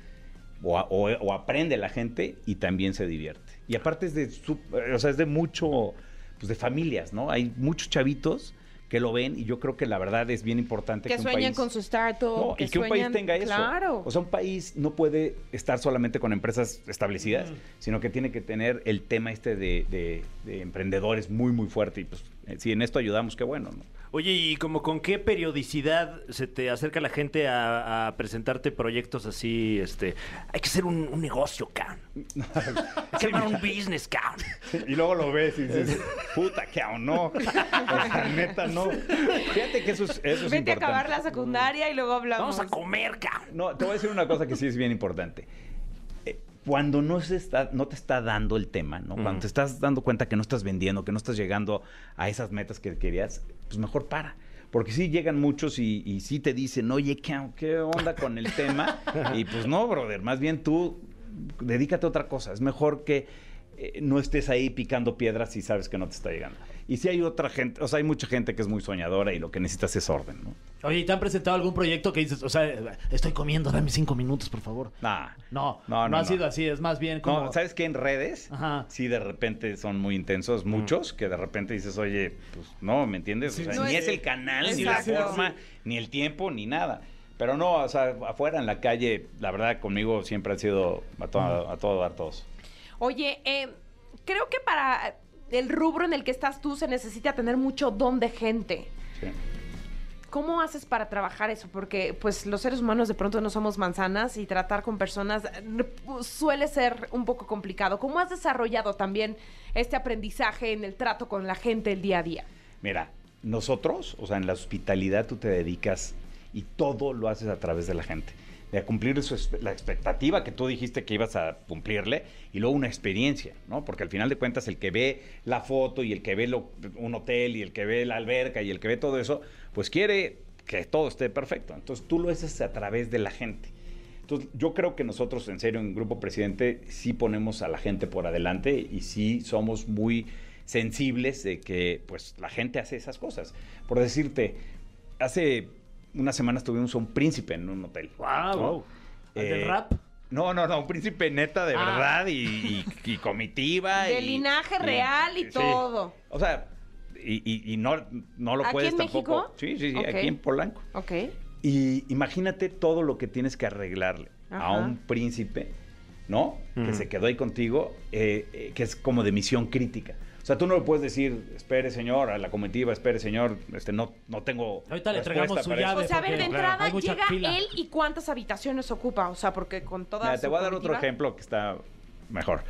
Speaker 7: o, a- o- o aprende la gente y también se divierte. Y aparte es de, su- o sea, es de mucho, pues de familias, ¿no? Hay muchos chavitos que lo ven y yo creo que la verdad es bien importante
Speaker 2: que
Speaker 7: un
Speaker 2: sueñen
Speaker 7: país-
Speaker 2: con su startup.
Speaker 7: no, y que un país
Speaker 2: sueñan-
Speaker 7: tenga eso.
Speaker 2: Claro.
Speaker 7: O sea, un país no puede estar solamente con empresas establecidas, sino que tiene que tener el tema este de, de- de emprendedores muy, muy fuerte. Y pues, eh, si en esto ayudamos, qué bueno, ¿no?
Speaker 3: Oye, ¿y como con qué periodicidad se te acerca la gente a, a presentarte proyectos así, este, hay que hacer un, un negocio, cabrón? Hay que armar un business, cabrón.
Speaker 7: Y luego lo ves y dices, puta, que aún no. O sea, neta, no. Fíjate que eso es, eso es
Speaker 2: Vete a acabar
Speaker 7: importante.
Speaker 2: la secundaria y luego hablamos.
Speaker 3: Vamos a comer, cabrón.
Speaker 7: No, te voy a decir una cosa que sí es bien importante. Eh, cuando no, se está, no te está dando el tema, ¿no? Cuando
Speaker 3: Ujú.
Speaker 7: te estás dando cuenta que no estás vendiendo, que no estás llegando a esas metas que querías, pues mejor para. Porque sí llegan muchos y, y sí te dicen, oye, ¿qué, qué onda con el tema? y pues no, brother, más bien tú dedícate a otra cosa. Es mejor que eh, no estés ahí picando piedras si sabes que no te está llegando. Y sí hay otra gente, o sea, hay mucha gente que es muy soñadora y lo que necesitas es orden, ¿no?
Speaker 4: Oye, ¿y te han presentado algún proyecto que dices, o sea, estoy comiendo, dame cinco minutos, por favor?
Speaker 7: Nah.
Speaker 4: No, no,
Speaker 7: No, no,
Speaker 4: ha
Speaker 7: no.
Speaker 4: sido así, es más bien como...
Speaker 7: No, ¿sabes qué? En redes,
Speaker 4: Ajá.
Speaker 7: sí de repente son muy intensos, muchos, que de repente dices, oye, pues no, ¿me entiendes? O sea,
Speaker 2: sí,
Speaker 7: ni
Speaker 2: sí.
Speaker 7: es el canal, ni la
Speaker 2: Exacto.
Speaker 7: forma, ni el tiempo, ni nada. Pero no, o sea, afuera en la calle, la verdad, conmigo siempre han sido a todo, a todo dar todos.
Speaker 2: Oye, eh, creo que para el rubro en el que estás tú se necesita tener mucho don de gente.
Speaker 7: Sí.
Speaker 2: ¿Cómo haces para trabajar eso? Porque pues los seres humanos de pronto no somos manzanas y tratar con personas eh, suele ser un poco complicado. ¿Cómo has desarrollado también este aprendizaje en el trato con la gente el día a día?
Speaker 7: Mira, nosotros, o sea, en la hospitalidad tú te dedicas y todo lo haces a través de la gente. De a cumplir su espe- la expectativa que tú dijiste que ibas a cumplirle y luego una experiencia, ¿no? Porque al final de cuentas el que ve la foto y el que ve lo- un hotel y el que ve la alberca y el que ve todo eso, pues quiere que todo esté perfecto. Entonces tú lo haces a través de la gente. Entonces, yo creo que nosotros, en serio, en Grupo Presidente, sí ponemos a la gente por adelante y sí somos muy sensibles de que pues la gente hace esas cosas. Por decirte, hace unas semanas tuvimos a un príncipe en un hotel.
Speaker 4: Wow,
Speaker 7: ¿no? Eh,
Speaker 4: wow. ¿El del rap?
Speaker 7: No, no, no, un príncipe neta de
Speaker 4: Ah.
Speaker 7: verdad y, y- y comitiva.
Speaker 2: De
Speaker 7: y-
Speaker 2: linaje real y
Speaker 7: sí.
Speaker 2: todo.
Speaker 7: O sea, y, y- y no, no lo
Speaker 2: ¿Aquí
Speaker 7: puedes
Speaker 2: en
Speaker 7: tampoco.
Speaker 2: México?
Speaker 7: Sí, sí, sí,
Speaker 2: Ok.
Speaker 7: aquí en Polanco.
Speaker 2: ¿Ok?
Speaker 7: Y imagínate todo lo que tienes que arreglarle a
Speaker 2: Ajá.
Speaker 7: un príncipe, ¿no?
Speaker 3: Ujú.
Speaker 7: Que se quedó ahí contigo, eh, eh, que es como de misión crítica. O sea, tú no le puedes decir, espere señor, a la comitiva, espere señor, este, no, no tengo.
Speaker 4: Ahorita le
Speaker 7: respuesta
Speaker 4: entregamos su
Speaker 7: para eso".
Speaker 4: llave.
Speaker 2: O sea, a ver,
Speaker 4: porque,
Speaker 2: de
Speaker 4: claro,
Speaker 2: entrada
Speaker 4: hay mucha
Speaker 2: llega
Speaker 4: fila.
Speaker 2: él y cuántas habitaciones ocupa. O sea, porque con toda
Speaker 7: Mira, te
Speaker 2: su
Speaker 7: voy a dar otro
Speaker 2: comitiva-
Speaker 7: ejemplo que está mejor.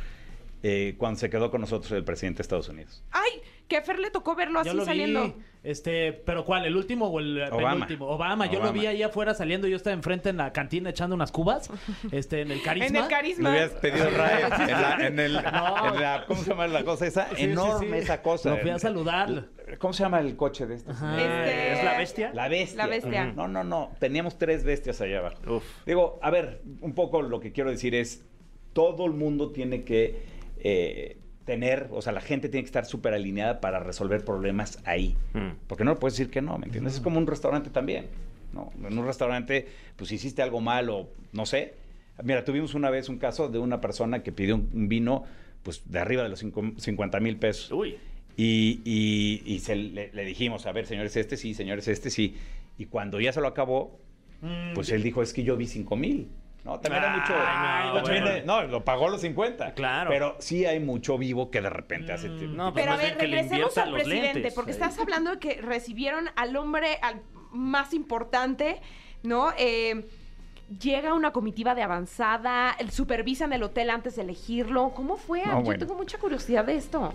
Speaker 7: Eh, cuando se quedó con nosotros el presidente de Estados Unidos.
Speaker 2: ¡Ay! Que a Fer le tocó verlo así
Speaker 4: Yo lo vi,
Speaker 2: saliendo.
Speaker 4: Este, pero ¿cuál? ¿El último o el eh,
Speaker 7: Obama.
Speaker 4: penúltimo? Obama, yo lo
Speaker 7: Obama.
Speaker 4: vi ahí afuera saliendo, yo estaba enfrente en la cantina echando unas cubas, este, en el carisma.
Speaker 2: En el
Speaker 7: Le
Speaker 2: carisma.
Speaker 7: hubieras pedido raya en, la, en el,
Speaker 4: No.
Speaker 7: en la- ¿cómo se llama la cosa esa?
Speaker 4: Sí, sí,
Speaker 7: Enorme
Speaker 4: sí.
Speaker 7: esa cosa. eh.
Speaker 4: Lo fui a saludar.
Speaker 7: ¿Cómo se llama el coche de este?
Speaker 4: Ajá.
Speaker 2: Este-
Speaker 3: ¿Es la bestia?
Speaker 7: La bestia.
Speaker 2: La bestia.
Speaker 7: No, no, no. Teníamos tres bestias allá abajo.
Speaker 3: Uf.
Speaker 7: Digo, a ver, un poco lo que quiero decir es, todo el mundo tiene que eh, tener, o sea, la gente tiene que estar súper alineada para resolver problemas ahí.
Speaker 3: Mm.
Speaker 7: Porque no le puedes decir que no, ¿me entiendes? Es como un restaurante también. ¿no? En un restaurante, pues hiciste algo mal o no sé. Mira, tuvimos una vez un caso de una persona que pidió un, un vino, pues de arriba de los cinco- 50 mil pesos.
Speaker 3: Uy.
Speaker 7: Y, y- y se le, le dijimos, a ver, señores, este sí, señores, este sí. Y cuando ya se lo acabó,
Speaker 3: Mm,
Speaker 7: pues él dijo, es que yo vi 5 mil. No, también era
Speaker 3: Ay,
Speaker 7: mucho.
Speaker 3: no,
Speaker 7: también
Speaker 3: bueno.
Speaker 7: era- no, lo pagó los 50.
Speaker 3: Claro.
Speaker 7: Pero sí hay mucho vivo que de repente hace.
Speaker 3: no, pues,
Speaker 2: Pero a
Speaker 3: más
Speaker 2: ver,
Speaker 3: bien que le
Speaker 2: regresemos
Speaker 3: invierta
Speaker 2: al
Speaker 3: los
Speaker 2: presidente,
Speaker 3: lentes.
Speaker 2: porque
Speaker 3: Ahí.
Speaker 2: estás hablando de que recibieron al hombre al más importante, ¿no? Eh, llega una comitiva de avanzada, el- supervisan el hotel antes de elegirlo. ¿Cómo fue?
Speaker 7: No,
Speaker 2: Yo
Speaker 7: bueno.
Speaker 2: tengo mucha curiosidad de esto.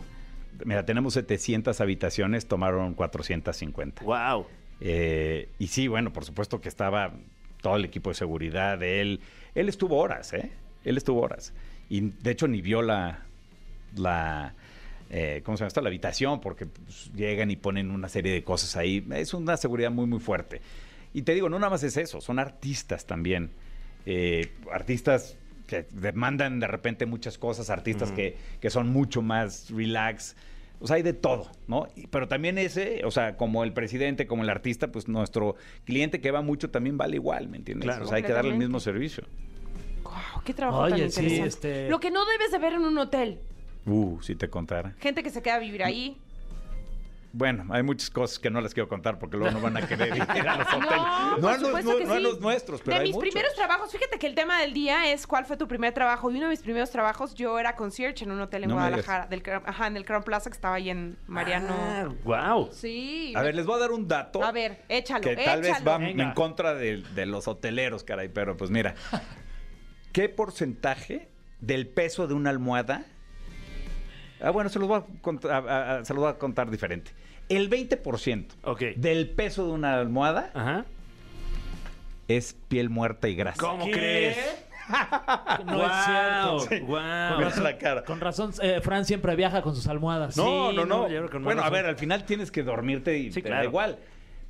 Speaker 7: Mira, tenemos 700 habitaciones, tomaron 450.
Speaker 3: Wow.
Speaker 7: Eh, y sí, bueno, por supuesto que estaba todo el equipo de seguridad de él. Él estuvo horas, ¿eh? Él estuvo horas. Y de hecho ni vio la. la eh, ¿Cómo se llama esto? La habitación, porque pues, llegan y ponen una serie de cosas ahí. Es una seguridad muy, muy fuerte. Y te digo, no nada más es eso, son artistas también. Eh, artistas que demandan de repente muchas cosas, artistas que, que son mucho más relax. O sea, hay de todo, ¿no? Y- Pero también ese, o sea, como el presidente, como el artista, pues nuestro cliente que va mucho también vale igual, ¿me entiendes?
Speaker 3: Claro.
Speaker 7: O sea, hay que darle el
Speaker 2: Completamente.
Speaker 7: mismo servicio.
Speaker 2: Guau, ¡Qué trabajo tan
Speaker 4: Oye, sí,
Speaker 2: interesante!
Speaker 4: este-
Speaker 2: Lo que no debes de ver en un hotel.
Speaker 7: Uh, si te contara.
Speaker 2: Gente que se queda a vivir ahí.
Speaker 7: Bueno, hay muchas cosas que no les quiero contar porque luego no van a querer ir a los hoteles.
Speaker 2: No, por
Speaker 7: no, a los
Speaker 2: supuesto
Speaker 7: nue-
Speaker 2: que
Speaker 7: no a
Speaker 2: sí.
Speaker 7: los nuestros, pero
Speaker 2: De
Speaker 7: hay
Speaker 2: mis
Speaker 7: muchos.
Speaker 2: primeros trabajos, fíjate que el tema del día es cuál fue tu primer trabajo. Y uno de mis primeros trabajos, yo era concierge en un hotel en
Speaker 7: No me digas.
Speaker 2: Guadalajara, del, Crown- ajá, en el Crown Plaza que estaba ahí en Mariano.
Speaker 3: Ah. wow.
Speaker 2: Sí.
Speaker 7: A ver, les voy a dar un dato.
Speaker 2: A ver, échalo,
Speaker 7: que tal vez
Speaker 2: échalo.
Speaker 7: va
Speaker 3: Venga.
Speaker 7: en contra de, de los hoteleros, caray, pero pues mira, ¿qué porcentaje del peso de una almohada? Ah, bueno, se los voy a cont- a- a- a- se los voy a contar, diferente. El 20%
Speaker 3: Ok. Ah.
Speaker 7: del peso de una almohada
Speaker 3: Ajá.
Speaker 7: es piel muerta y grasa.
Speaker 3: ¿Cómo crees?
Speaker 4: No es
Speaker 3: Guau,
Speaker 4: cierto.
Speaker 3: guau.
Speaker 7: Con razón- la cara.
Speaker 4: Con razón, eh, Fran siempre viaja con sus almohadas.
Speaker 7: No,
Speaker 3: Sí, no,
Speaker 7: no, no.
Speaker 3: yo creo que con más
Speaker 7: bueno, a
Speaker 3: razón.
Speaker 7: ver, al final tienes que dormirte y
Speaker 3: Sí,
Speaker 7: te
Speaker 3: claro.
Speaker 7: da igual.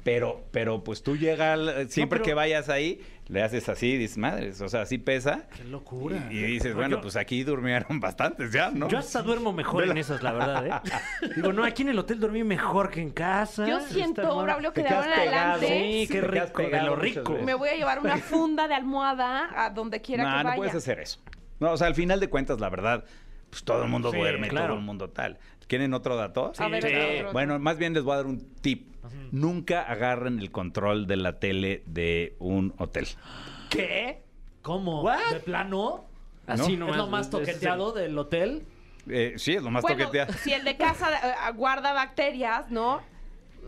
Speaker 7: Pero, pero pues tú llegas, al- siempre
Speaker 4: pero-
Speaker 7: que vayas ahí, le haces así, dices, madres, o sea, así pesa.
Speaker 4: Qué locura.
Speaker 7: Y, y dices,
Speaker 3: No,
Speaker 7: bueno,
Speaker 3: yo-
Speaker 7: pues aquí durmieron bastantes ya, ¿no?
Speaker 3: Yo hasta duermo mejor en esas, la verdad, ¿eh? Digo, no, aquí en el hotel dormí mejor que en casa.
Speaker 2: Yo
Speaker 3: Ah, Está
Speaker 2: siento,
Speaker 3: hermoso.
Speaker 2: Braulio, que
Speaker 7: Te
Speaker 2: de
Speaker 7: quedas
Speaker 2: ahora en
Speaker 7: pegado.
Speaker 2: adelante
Speaker 3: Sí, qué
Speaker 7: Te quedas
Speaker 3: rico, de
Speaker 7: pegado
Speaker 3: lo
Speaker 7: muchas
Speaker 3: rico.
Speaker 7: veces.
Speaker 2: me voy a llevar una funda de almohada a donde quiera
Speaker 7: No,
Speaker 2: que
Speaker 7: no
Speaker 2: vaya.
Speaker 7: puedes hacer eso. No, o sea, al final de cuentas, la verdad, pues todo el mundo
Speaker 3: Sí,
Speaker 7: duerme,
Speaker 3: claro.
Speaker 7: todo el mundo tal. ¿Quieren otro dato?
Speaker 2: A ver,
Speaker 3: Sí.
Speaker 2: otro, otro, otro.
Speaker 7: Bueno, más bien les voy a dar un tip. Nunca agarren el control de la tele de un hotel.
Speaker 3: ¿Qué?
Speaker 4: ¿Cómo?
Speaker 3: ¿What?
Speaker 4: ¿De plano?
Speaker 3: Así
Speaker 4: ¿No
Speaker 3: nomás.
Speaker 4: es lo más
Speaker 3: ese es el-
Speaker 4: toqueteado del hotel?
Speaker 7: Eh, sí, es lo más
Speaker 2: Bueno,
Speaker 7: toqueteado.
Speaker 2: si el de casa eh, guarda bacterias, ¿no?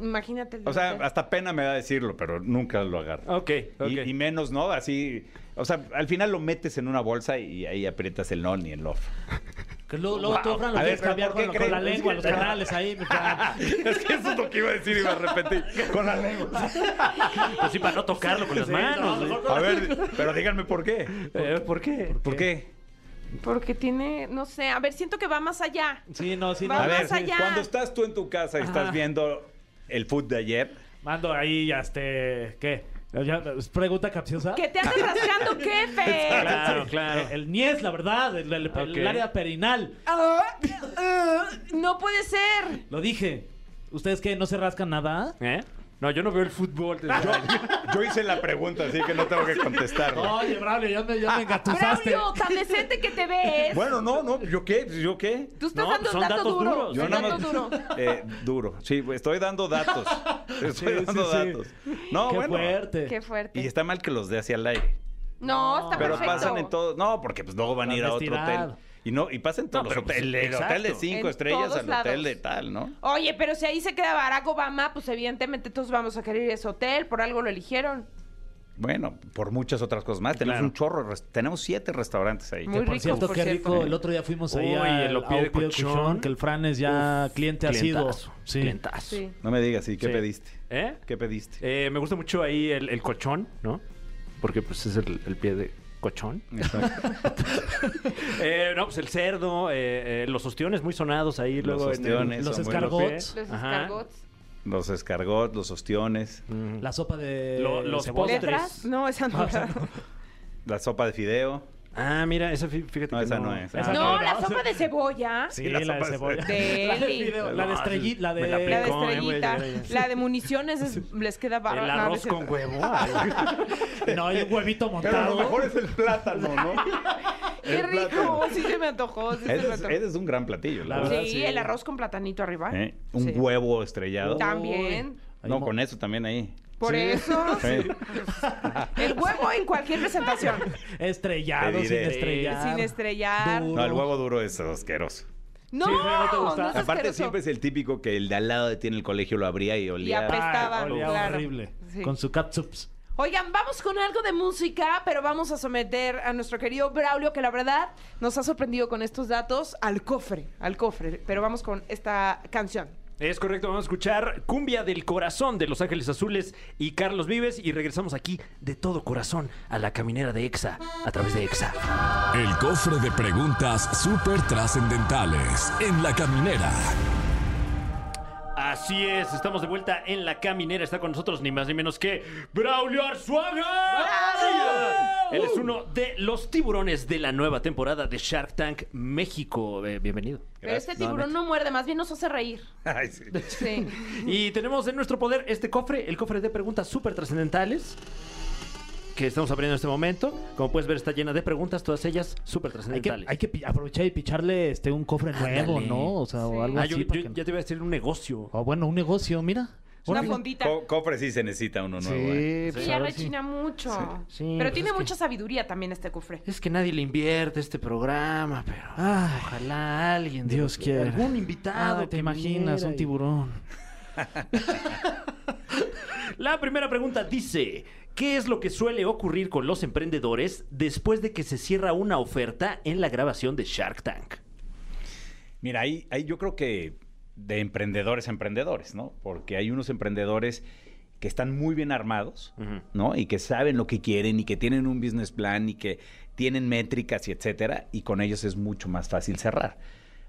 Speaker 2: Imagínate. el de
Speaker 7: O sea,
Speaker 2: hotel.
Speaker 7: hasta pena me da decirlo, pero nunca lo agarro.
Speaker 3: Ok, ok.
Speaker 7: Y, y menos, ¿no? Así, o sea, al final lo metes en una bolsa y ahí aprietas el on y el off.
Speaker 4: Que luego, luego tú, Fran, lo
Speaker 7: A ver,
Speaker 4: quieres
Speaker 7: pero
Speaker 4: cambiar
Speaker 7: ¿por qué
Speaker 4: con, con la
Speaker 7: creen?
Speaker 4: lengua, los canales ahí. pues, mi Fran.
Speaker 7: es que eso es lo que iba a decir, iba a repetir con la lengua.
Speaker 3: Pues sí, para no tocarlo con las
Speaker 4: Sí,
Speaker 3: manos.
Speaker 4: no,
Speaker 3: ¿eh?
Speaker 4: mejor
Speaker 7: A ver, pero díganme por qué.
Speaker 3: Eh, ¿Por qué?
Speaker 7: ¿Por qué?
Speaker 2: Porque tiene, no sé, a ver, siento que va más allá.
Speaker 4: Sí, no, sí, no.
Speaker 2: Va
Speaker 7: A ver,
Speaker 2: más allá.
Speaker 7: cuando estás tú en tu casa y estás viendo el food de ayer,
Speaker 4: Mando ahí, ya, este. ¿Qué? Ya, ¿es ¿Pregunta capciosa? Ah,
Speaker 2: Que te andes rascando, qué fe.
Speaker 3: Claro, claro.
Speaker 4: El, el niés, la verdad, el, el- el
Speaker 3: Ok.
Speaker 4: área perinal.
Speaker 2: Ah, ah, no puede ser.
Speaker 4: Lo dije. ¿Ustedes qué? ¿No se rascan nada?
Speaker 3: ¿Eh? No, yo no veo el fútbol. desde-
Speaker 7: yo hice la pregunta, así que no tengo que contestarla.
Speaker 4: Oye, Braulio, ya me,
Speaker 3: Ah,
Speaker 4: ya me engatusaste.
Speaker 2: Braulio, tan decente que te ves.
Speaker 7: Bueno, no, no, ¿yo qué? ¿Yo qué?
Speaker 2: Tú estás
Speaker 3: no,
Speaker 2: dando un
Speaker 3: son
Speaker 2: dato
Speaker 3: datos
Speaker 2: duro.
Speaker 3: duros.
Speaker 2: Yo
Speaker 3: Yo
Speaker 2: un
Speaker 3: nada
Speaker 2: dato duro.
Speaker 7: Eh, duro. Sí, estoy dando datos.
Speaker 4: Sí,
Speaker 7: Estoy
Speaker 4: sí,
Speaker 7: dando
Speaker 4: sí.
Speaker 7: datos. No,
Speaker 4: qué
Speaker 7: bueno.
Speaker 4: fuerte.
Speaker 2: Qué fuerte.
Speaker 7: Y está mal que los dé hacia el aire.
Speaker 2: No, está
Speaker 7: Pero
Speaker 2: perfecto.
Speaker 7: pasan en todos. No, porque pues luego van a ir a otro
Speaker 4: Honestidad.
Speaker 7: hotel. Y no, y pasan todos
Speaker 3: No,
Speaker 7: los
Speaker 3: pero, pues,
Speaker 7: hoteles. El
Speaker 3: exacto.
Speaker 7: hotel de cinco
Speaker 2: En
Speaker 7: estrellas
Speaker 2: todos
Speaker 7: al hotel
Speaker 2: lados.
Speaker 7: de tal, ¿no?
Speaker 2: Oye, pero si ahí se queda Barack Obama, pues evidentemente todos vamos a querer ir a ese hotel, por algo lo eligieron.
Speaker 7: Bueno, por muchas otras cosas más. Tenemos
Speaker 3: Claro.
Speaker 7: un chorro, de res- tenemos siete restaurantes ahí.
Speaker 2: Muy
Speaker 4: Por
Speaker 2: rico,
Speaker 4: cierto,
Speaker 2: por
Speaker 4: qué
Speaker 2: cierto.
Speaker 4: rico. El otro día fuimos ahí
Speaker 3: Uy,
Speaker 4: al-
Speaker 3: el
Speaker 4: a
Speaker 3: Opie de
Speaker 4: Opie de
Speaker 3: Colchón,
Speaker 4: Colchón, que el Fran es ya cliente asiduo.
Speaker 3: Clientazo, clientazo.
Speaker 2: Sí.
Speaker 7: No me digas, sí, ¿qué
Speaker 3: Sí.
Speaker 7: pediste?
Speaker 3: ¿Eh?
Speaker 7: ¿Qué pediste?
Speaker 3: Eh, me gusta mucho ahí el, el colchón, ¿no? Porque pues es el, el pie de colchón. Eh, no, pues el cerdo, eh, eh, los ostiones muy sonados ahí
Speaker 7: Los
Speaker 3: luego en el-
Speaker 7: ostiones
Speaker 4: Los
Speaker 7: son muy
Speaker 4: escargots,
Speaker 2: Los
Speaker 3: Ajá.
Speaker 2: escargots.
Speaker 7: Los escargots, los ostiones,
Speaker 4: la sopa de
Speaker 3: Lo- los
Speaker 4: cebolla.
Speaker 3: postres.
Speaker 2: ¿Letras? No, esa no.
Speaker 7: la sopa de fideo.
Speaker 3: Ah, mira, esa fí- fíjate
Speaker 7: No,
Speaker 3: que
Speaker 7: esa no es.
Speaker 3: Ah,
Speaker 7: Esa
Speaker 2: No,
Speaker 4: no,
Speaker 2: la
Speaker 4: no.
Speaker 2: sopa de cebolla.
Speaker 4: Sí,
Speaker 7: Y
Speaker 4: la,
Speaker 7: la
Speaker 4: de
Speaker 7: sopa de
Speaker 4: cebolla.
Speaker 2: Deli.
Speaker 4: La de, fideo, la de
Speaker 3: No,
Speaker 4: estrellita, la
Speaker 3: me la
Speaker 4: de...
Speaker 2: La de
Speaker 3: Picón, eh, güey,
Speaker 2: estrellita.
Speaker 3: ya, ya, ya.
Speaker 2: La de municiones es- les queda barra.
Speaker 3: El
Speaker 2: no, no
Speaker 3: arroz
Speaker 2: es cierto.
Speaker 3: con huevo. ah,
Speaker 4: No, hay un huevito montado.
Speaker 7: es el plátano, ¿no?
Speaker 2: Qué
Speaker 7: El
Speaker 2: rico.
Speaker 7: plátano.
Speaker 2: Sí se me antojó. Sí, se
Speaker 7: Ese
Speaker 2: me
Speaker 7: es,
Speaker 2: antojó.
Speaker 7: ese es un gran platillo,
Speaker 4: La
Speaker 7: la verdad.
Speaker 4: verdad,
Speaker 2: Sí,
Speaker 4: sí.
Speaker 2: el arroz con platanito arriba.
Speaker 7: ¿Eh? Un
Speaker 2: Sí.
Speaker 7: huevo estrellado.
Speaker 2: También. Ah,
Speaker 4: Ahí
Speaker 7: No,
Speaker 4: mo-
Speaker 7: con eso también ahí.
Speaker 2: Por
Speaker 4: Sí.
Speaker 2: eso.
Speaker 7: Sí.
Speaker 2: El huevo en cualquier presentación.
Speaker 4: Estrellado,
Speaker 7: Te
Speaker 4: sin
Speaker 7: diré.
Speaker 4: estrellar.
Speaker 2: Sin estrellar.
Speaker 4: Duro.
Speaker 7: No, el huevo duro es asqueroso.
Speaker 2: No,
Speaker 4: Sí, pero no te
Speaker 2: no,
Speaker 4: gusta.
Speaker 2: es
Speaker 7: Aparte
Speaker 2: asqueroso.
Speaker 7: siempre es el típico que el de al lado de ti en el colegio lo abría y olía.
Speaker 2: apesta- Estaba,
Speaker 4: olía
Speaker 2: claro.
Speaker 4: horrible.
Speaker 2: Sí.
Speaker 4: Con su catsups.
Speaker 2: Oigan, vamos con algo de música, pero vamos a someter a nuestro querido Braulio, que la verdad nos ha sorprendido con estos datos, al cofre, al cofre. Pero vamos con esta canción.
Speaker 3: Es correcto, vamos a escuchar Cumbia del Corazón de Los Ángeles Azules y Carlos Vives y regresamos aquí de todo corazón a la caminera de EXA a través de EXA.
Speaker 1: El cofre de preguntas súper trascendentales en la caminera.
Speaker 3: Así es, estamos de vuelta en la caminera. Está con nosotros ni más ni menos que Braulio Arzuaga. Él es uno de los tiburones de la nueva temporada de Shark Tank México. Eh, bienvenido.
Speaker 2: pero este tiburón no muerde, más bien nos hace reír.
Speaker 7: Ay, sí.
Speaker 2: Sí.
Speaker 3: Y tenemos en nuestro poder este cofre, el cofre de preguntas súper trascendentales que estamos abriendo en este momento. Como puedes ver, está llena de preguntas, todas ellas súper
Speaker 4: Hay que,
Speaker 3: trascendentales.
Speaker 4: hay que pi- aprovechar y picharle este un cofre nuevo,
Speaker 3: Ándale.
Speaker 4: ¿no? O sea,
Speaker 2: Sí.
Speaker 4: o algo
Speaker 3: Ah,
Speaker 4: así.
Speaker 3: yo, yo-
Speaker 4: para que-
Speaker 3: ya te iba a decir un negocio.
Speaker 4: O bueno, un negocio, mira.
Speaker 2: Una
Speaker 4: Órale.
Speaker 2: fondita.
Speaker 7: Co- cofre sí se necesita uno nuevo. ¿eh?
Speaker 4: Sí,
Speaker 2: Que
Speaker 4: pues
Speaker 2: ya
Speaker 4: ahora sí.
Speaker 2: rechina mucho.
Speaker 3: Sí,
Speaker 2: pero
Speaker 3: pues
Speaker 2: tiene
Speaker 3: es que-
Speaker 2: mucha sabiduría también este cofre.
Speaker 3: Es que nadie le invierte este programa, pero ah,
Speaker 4: Ay,
Speaker 3: ojalá alguien. de los-
Speaker 4: Dios quiera.
Speaker 3: Algún invitado.
Speaker 4: Ah, te
Speaker 3: que
Speaker 4: imaginas,
Speaker 3: viniera
Speaker 4: un
Speaker 3: y-
Speaker 4: tiburón.
Speaker 3: La primera pregunta dice: ¿Qué es lo que suele ocurrir con los emprendedores después de que se cierra una oferta en la grabación de Shark Tank?
Speaker 7: Mira, ahí, ahí yo creo que de emprendedores a emprendedores, ¿no? Porque hay unos emprendedores que están muy bien armados,
Speaker 3: Ujú.
Speaker 7: ¿no? Y que saben lo que quieren y que tienen un business plan y que tienen métricas y etcétera, y con ellos es mucho más fácil cerrar.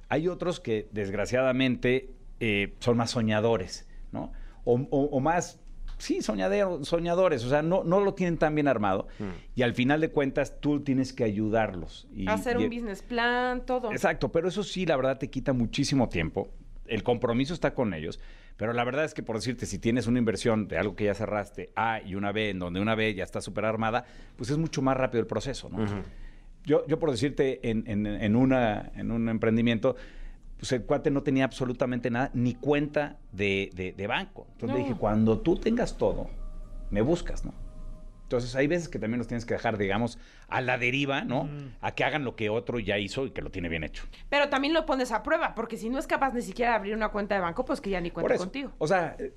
Speaker 7: Hay otros que, desgraciadamente, eh, son más soñadores, ¿no? O, o- o más, sí, soñaderos, soñadores, o sea, no, no lo tienen tan bien armado. Y al final de cuentas, tú tienes que ayudarlos. Y,
Speaker 2: Hacer
Speaker 7: y- e-
Speaker 2: un business plan, todo.
Speaker 7: Exacto, pero eso sí, la verdad, te quita muchísimo tiempo. El compromiso está con ellos. Pero la verdad es que, por decirte, si tienes una inversión de algo que ya cerraste A y una B, en donde una B ya está súper armada, pues es mucho más rápido el proceso, ¿no? yo, yo, por decirte, en, en- en una, en un emprendimiento, pues el cuate no tenía absolutamente nada, ni cuenta de, de- de banco. Entonces le
Speaker 2: No.
Speaker 7: dije, cuando tú tengas todo, me buscas, ¿no? Entonces hay veces que también los tienes que dejar, digamos, a la deriva, ¿no? A que hagan lo que otro ya hizo y que lo tiene bien hecho.
Speaker 2: Pero también lo pones a prueba, porque si no es capaz ni siquiera de abrir una cuenta de banco, pues que ya ni
Speaker 7: Por
Speaker 2: cuenta
Speaker 7: eso.
Speaker 2: contigo.
Speaker 7: O sea, eh,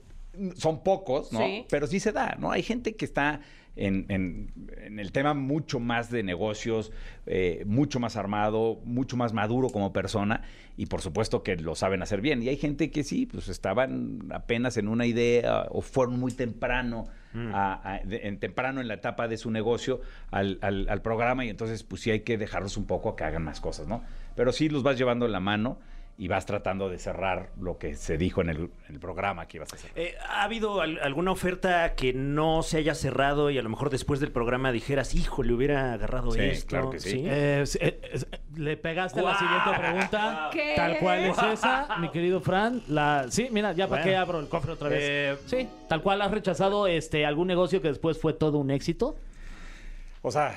Speaker 7: son pocos, ¿no?
Speaker 2: Sí.
Speaker 7: Pero sí se da, ¿no? Hay gente que está en, en- en el tema mucho más de negocios, eh, mucho más armado, mucho más maduro como persona y por supuesto que lo saben hacer bien. Y hay gente que sí, pues estaban apenas en una idea o fueron muy temprano. a- a- de- en temprano en la etapa de su negocio al, al- al programa y entonces pues sí hay que dejarlos un poco a que hagan más cosas, ¿no? Pero sí los vas llevando en la mano y vas tratando de cerrar lo que se dijo en el, en el programa que ibas a cerrar.
Speaker 3: Eh, ¿Ha habido al- alguna oferta que no se haya cerrado y a lo mejor después del programa dijeras, hijo, le hubiera agarrado
Speaker 7: Sí,
Speaker 3: esto?
Speaker 7: claro que sí.
Speaker 4: Eh, es- eh, es- le pegaste a la
Speaker 3: Guau.
Speaker 4: siguiente pregunta.
Speaker 2: ¿Qué?
Speaker 4: Tal cual es esa, mi querido Fran. La, sí, mira, ya para
Speaker 3: Bueno.
Speaker 4: qué abro el cofre otra vez.
Speaker 3: Eh,
Speaker 4: sí, tal cual has rechazado este algún negocio que después fue todo un éxito.
Speaker 7: O sea,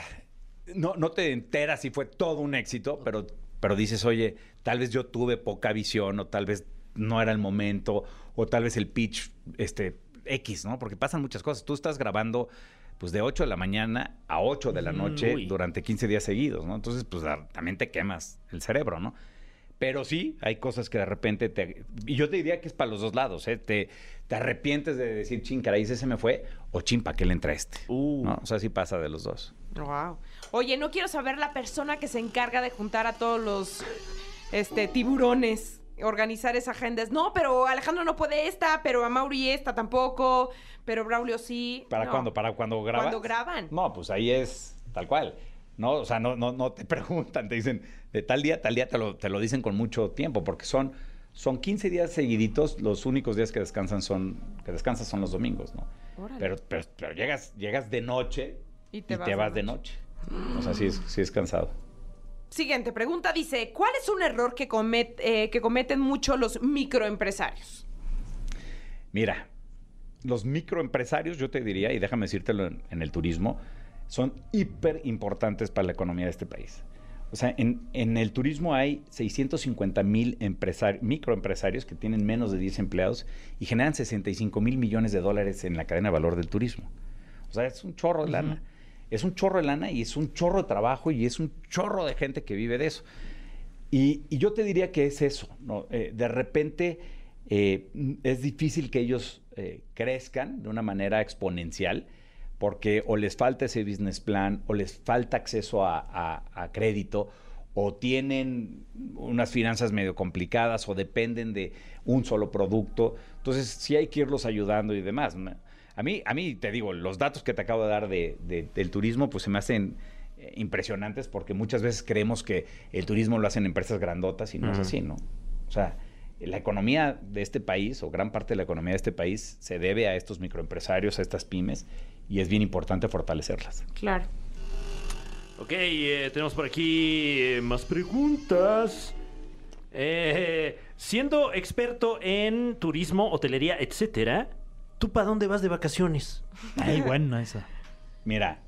Speaker 7: no, no te enteras si fue todo un éxito, pero, pero dices, oye, tal vez yo tuve poca visión o tal vez no era el momento o tal vez el pitch este, X, ¿no? Porque pasan muchas cosas. Tú estás grabando pues de 8 de la mañana a 8 de la noche
Speaker 3: Mm, Uy.
Speaker 7: durante 15 días seguidos, ¿no? Entonces, pues la- también te quemas el cerebro, ¿no? Pero sí, hay cosas que de repente te... Y yo te diría que es para los dos lados, ¿eh? Te, te arrepientes de decir, chin, caray, ese se me fue, o chin, ¿para qué le entra este?
Speaker 3: Uh.
Speaker 7: ¿No? O sea, sí pasa de los dos.
Speaker 2: Wow. Oye, no quiero saber la persona que se encarga de juntar a todos los este tiburones, organizar esas agendas. No, pero Alejandro no puede esta, pero a Mauri esta tampoco, pero Braulio sí.
Speaker 7: ¿Para
Speaker 2: No.
Speaker 7: cuándo? ¿Para cuando grabas?
Speaker 2: Cuando graban.
Speaker 7: No, pues ahí es tal cual. No, o sea, no, no, no te preguntan, te dicen de tal día, a tal día, te lo, te lo dicen con mucho tiempo, porque son, son 15 días seguiditos, los únicos días que descansan son, que descansas son los domingos, ¿no?
Speaker 2: Órale.
Speaker 7: Pero, pero, pero llegas, llegas de noche
Speaker 2: Y
Speaker 7: y
Speaker 2: te
Speaker 7: te,
Speaker 2: vas
Speaker 7: vas,
Speaker 2: de
Speaker 7: de noche. O sea, sí es, sí es cansado.
Speaker 2: Siguiente pregunta dice, ¿cuál es un error que, comet- eh, que cometen mucho los microempresarios?
Speaker 7: Mira, los microempresarios, yo te diría, y déjame decírtelo en, en el turismo, son hiper importantes para la economía de este país. O sea, en, en el turismo hay 650 mil empresari- microempresarios que tienen menos de 10 empleados y generan 65 mil millones de dólares en la cadena de valor del turismo. O sea, es un chorro de lana. Es un chorro de lana y es un chorro de trabajo y es un chorro de gente que vive de eso. Y, y yo te diría que es eso, ¿no? Eh, de repente eh, n- es difícil que ellos eh, crezcan de una manera exponencial porque o les falta ese business plan o les falta acceso a, a- a crédito o tienen unas finanzas medio complicadas o dependen de un solo producto. Entonces sí hay que irlos ayudando y demás. ¿no? A mí, a mí te digo, los datos que te acabo de dar de- de- del turismo pues se me hacen eh, impresionantes porque muchas veces creemos que el turismo lo hacen empresas grandotas y no es
Speaker 3: Ujú.
Speaker 7: así, ¿no? O sea, la economía de este país o gran parte de la economía de este país se debe a estos microempresarios, a estas pymes y es bien importante fortalecerlas.
Speaker 2: Claro.
Speaker 3: Ok, eh, tenemos por aquí eh, más preguntas. Eh, siendo experto en turismo, hotelería, etcétera, ¿tú para dónde vas de vacaciones?
Speaker 4: Ay, bueno, esa.
Speaker 7: Mira,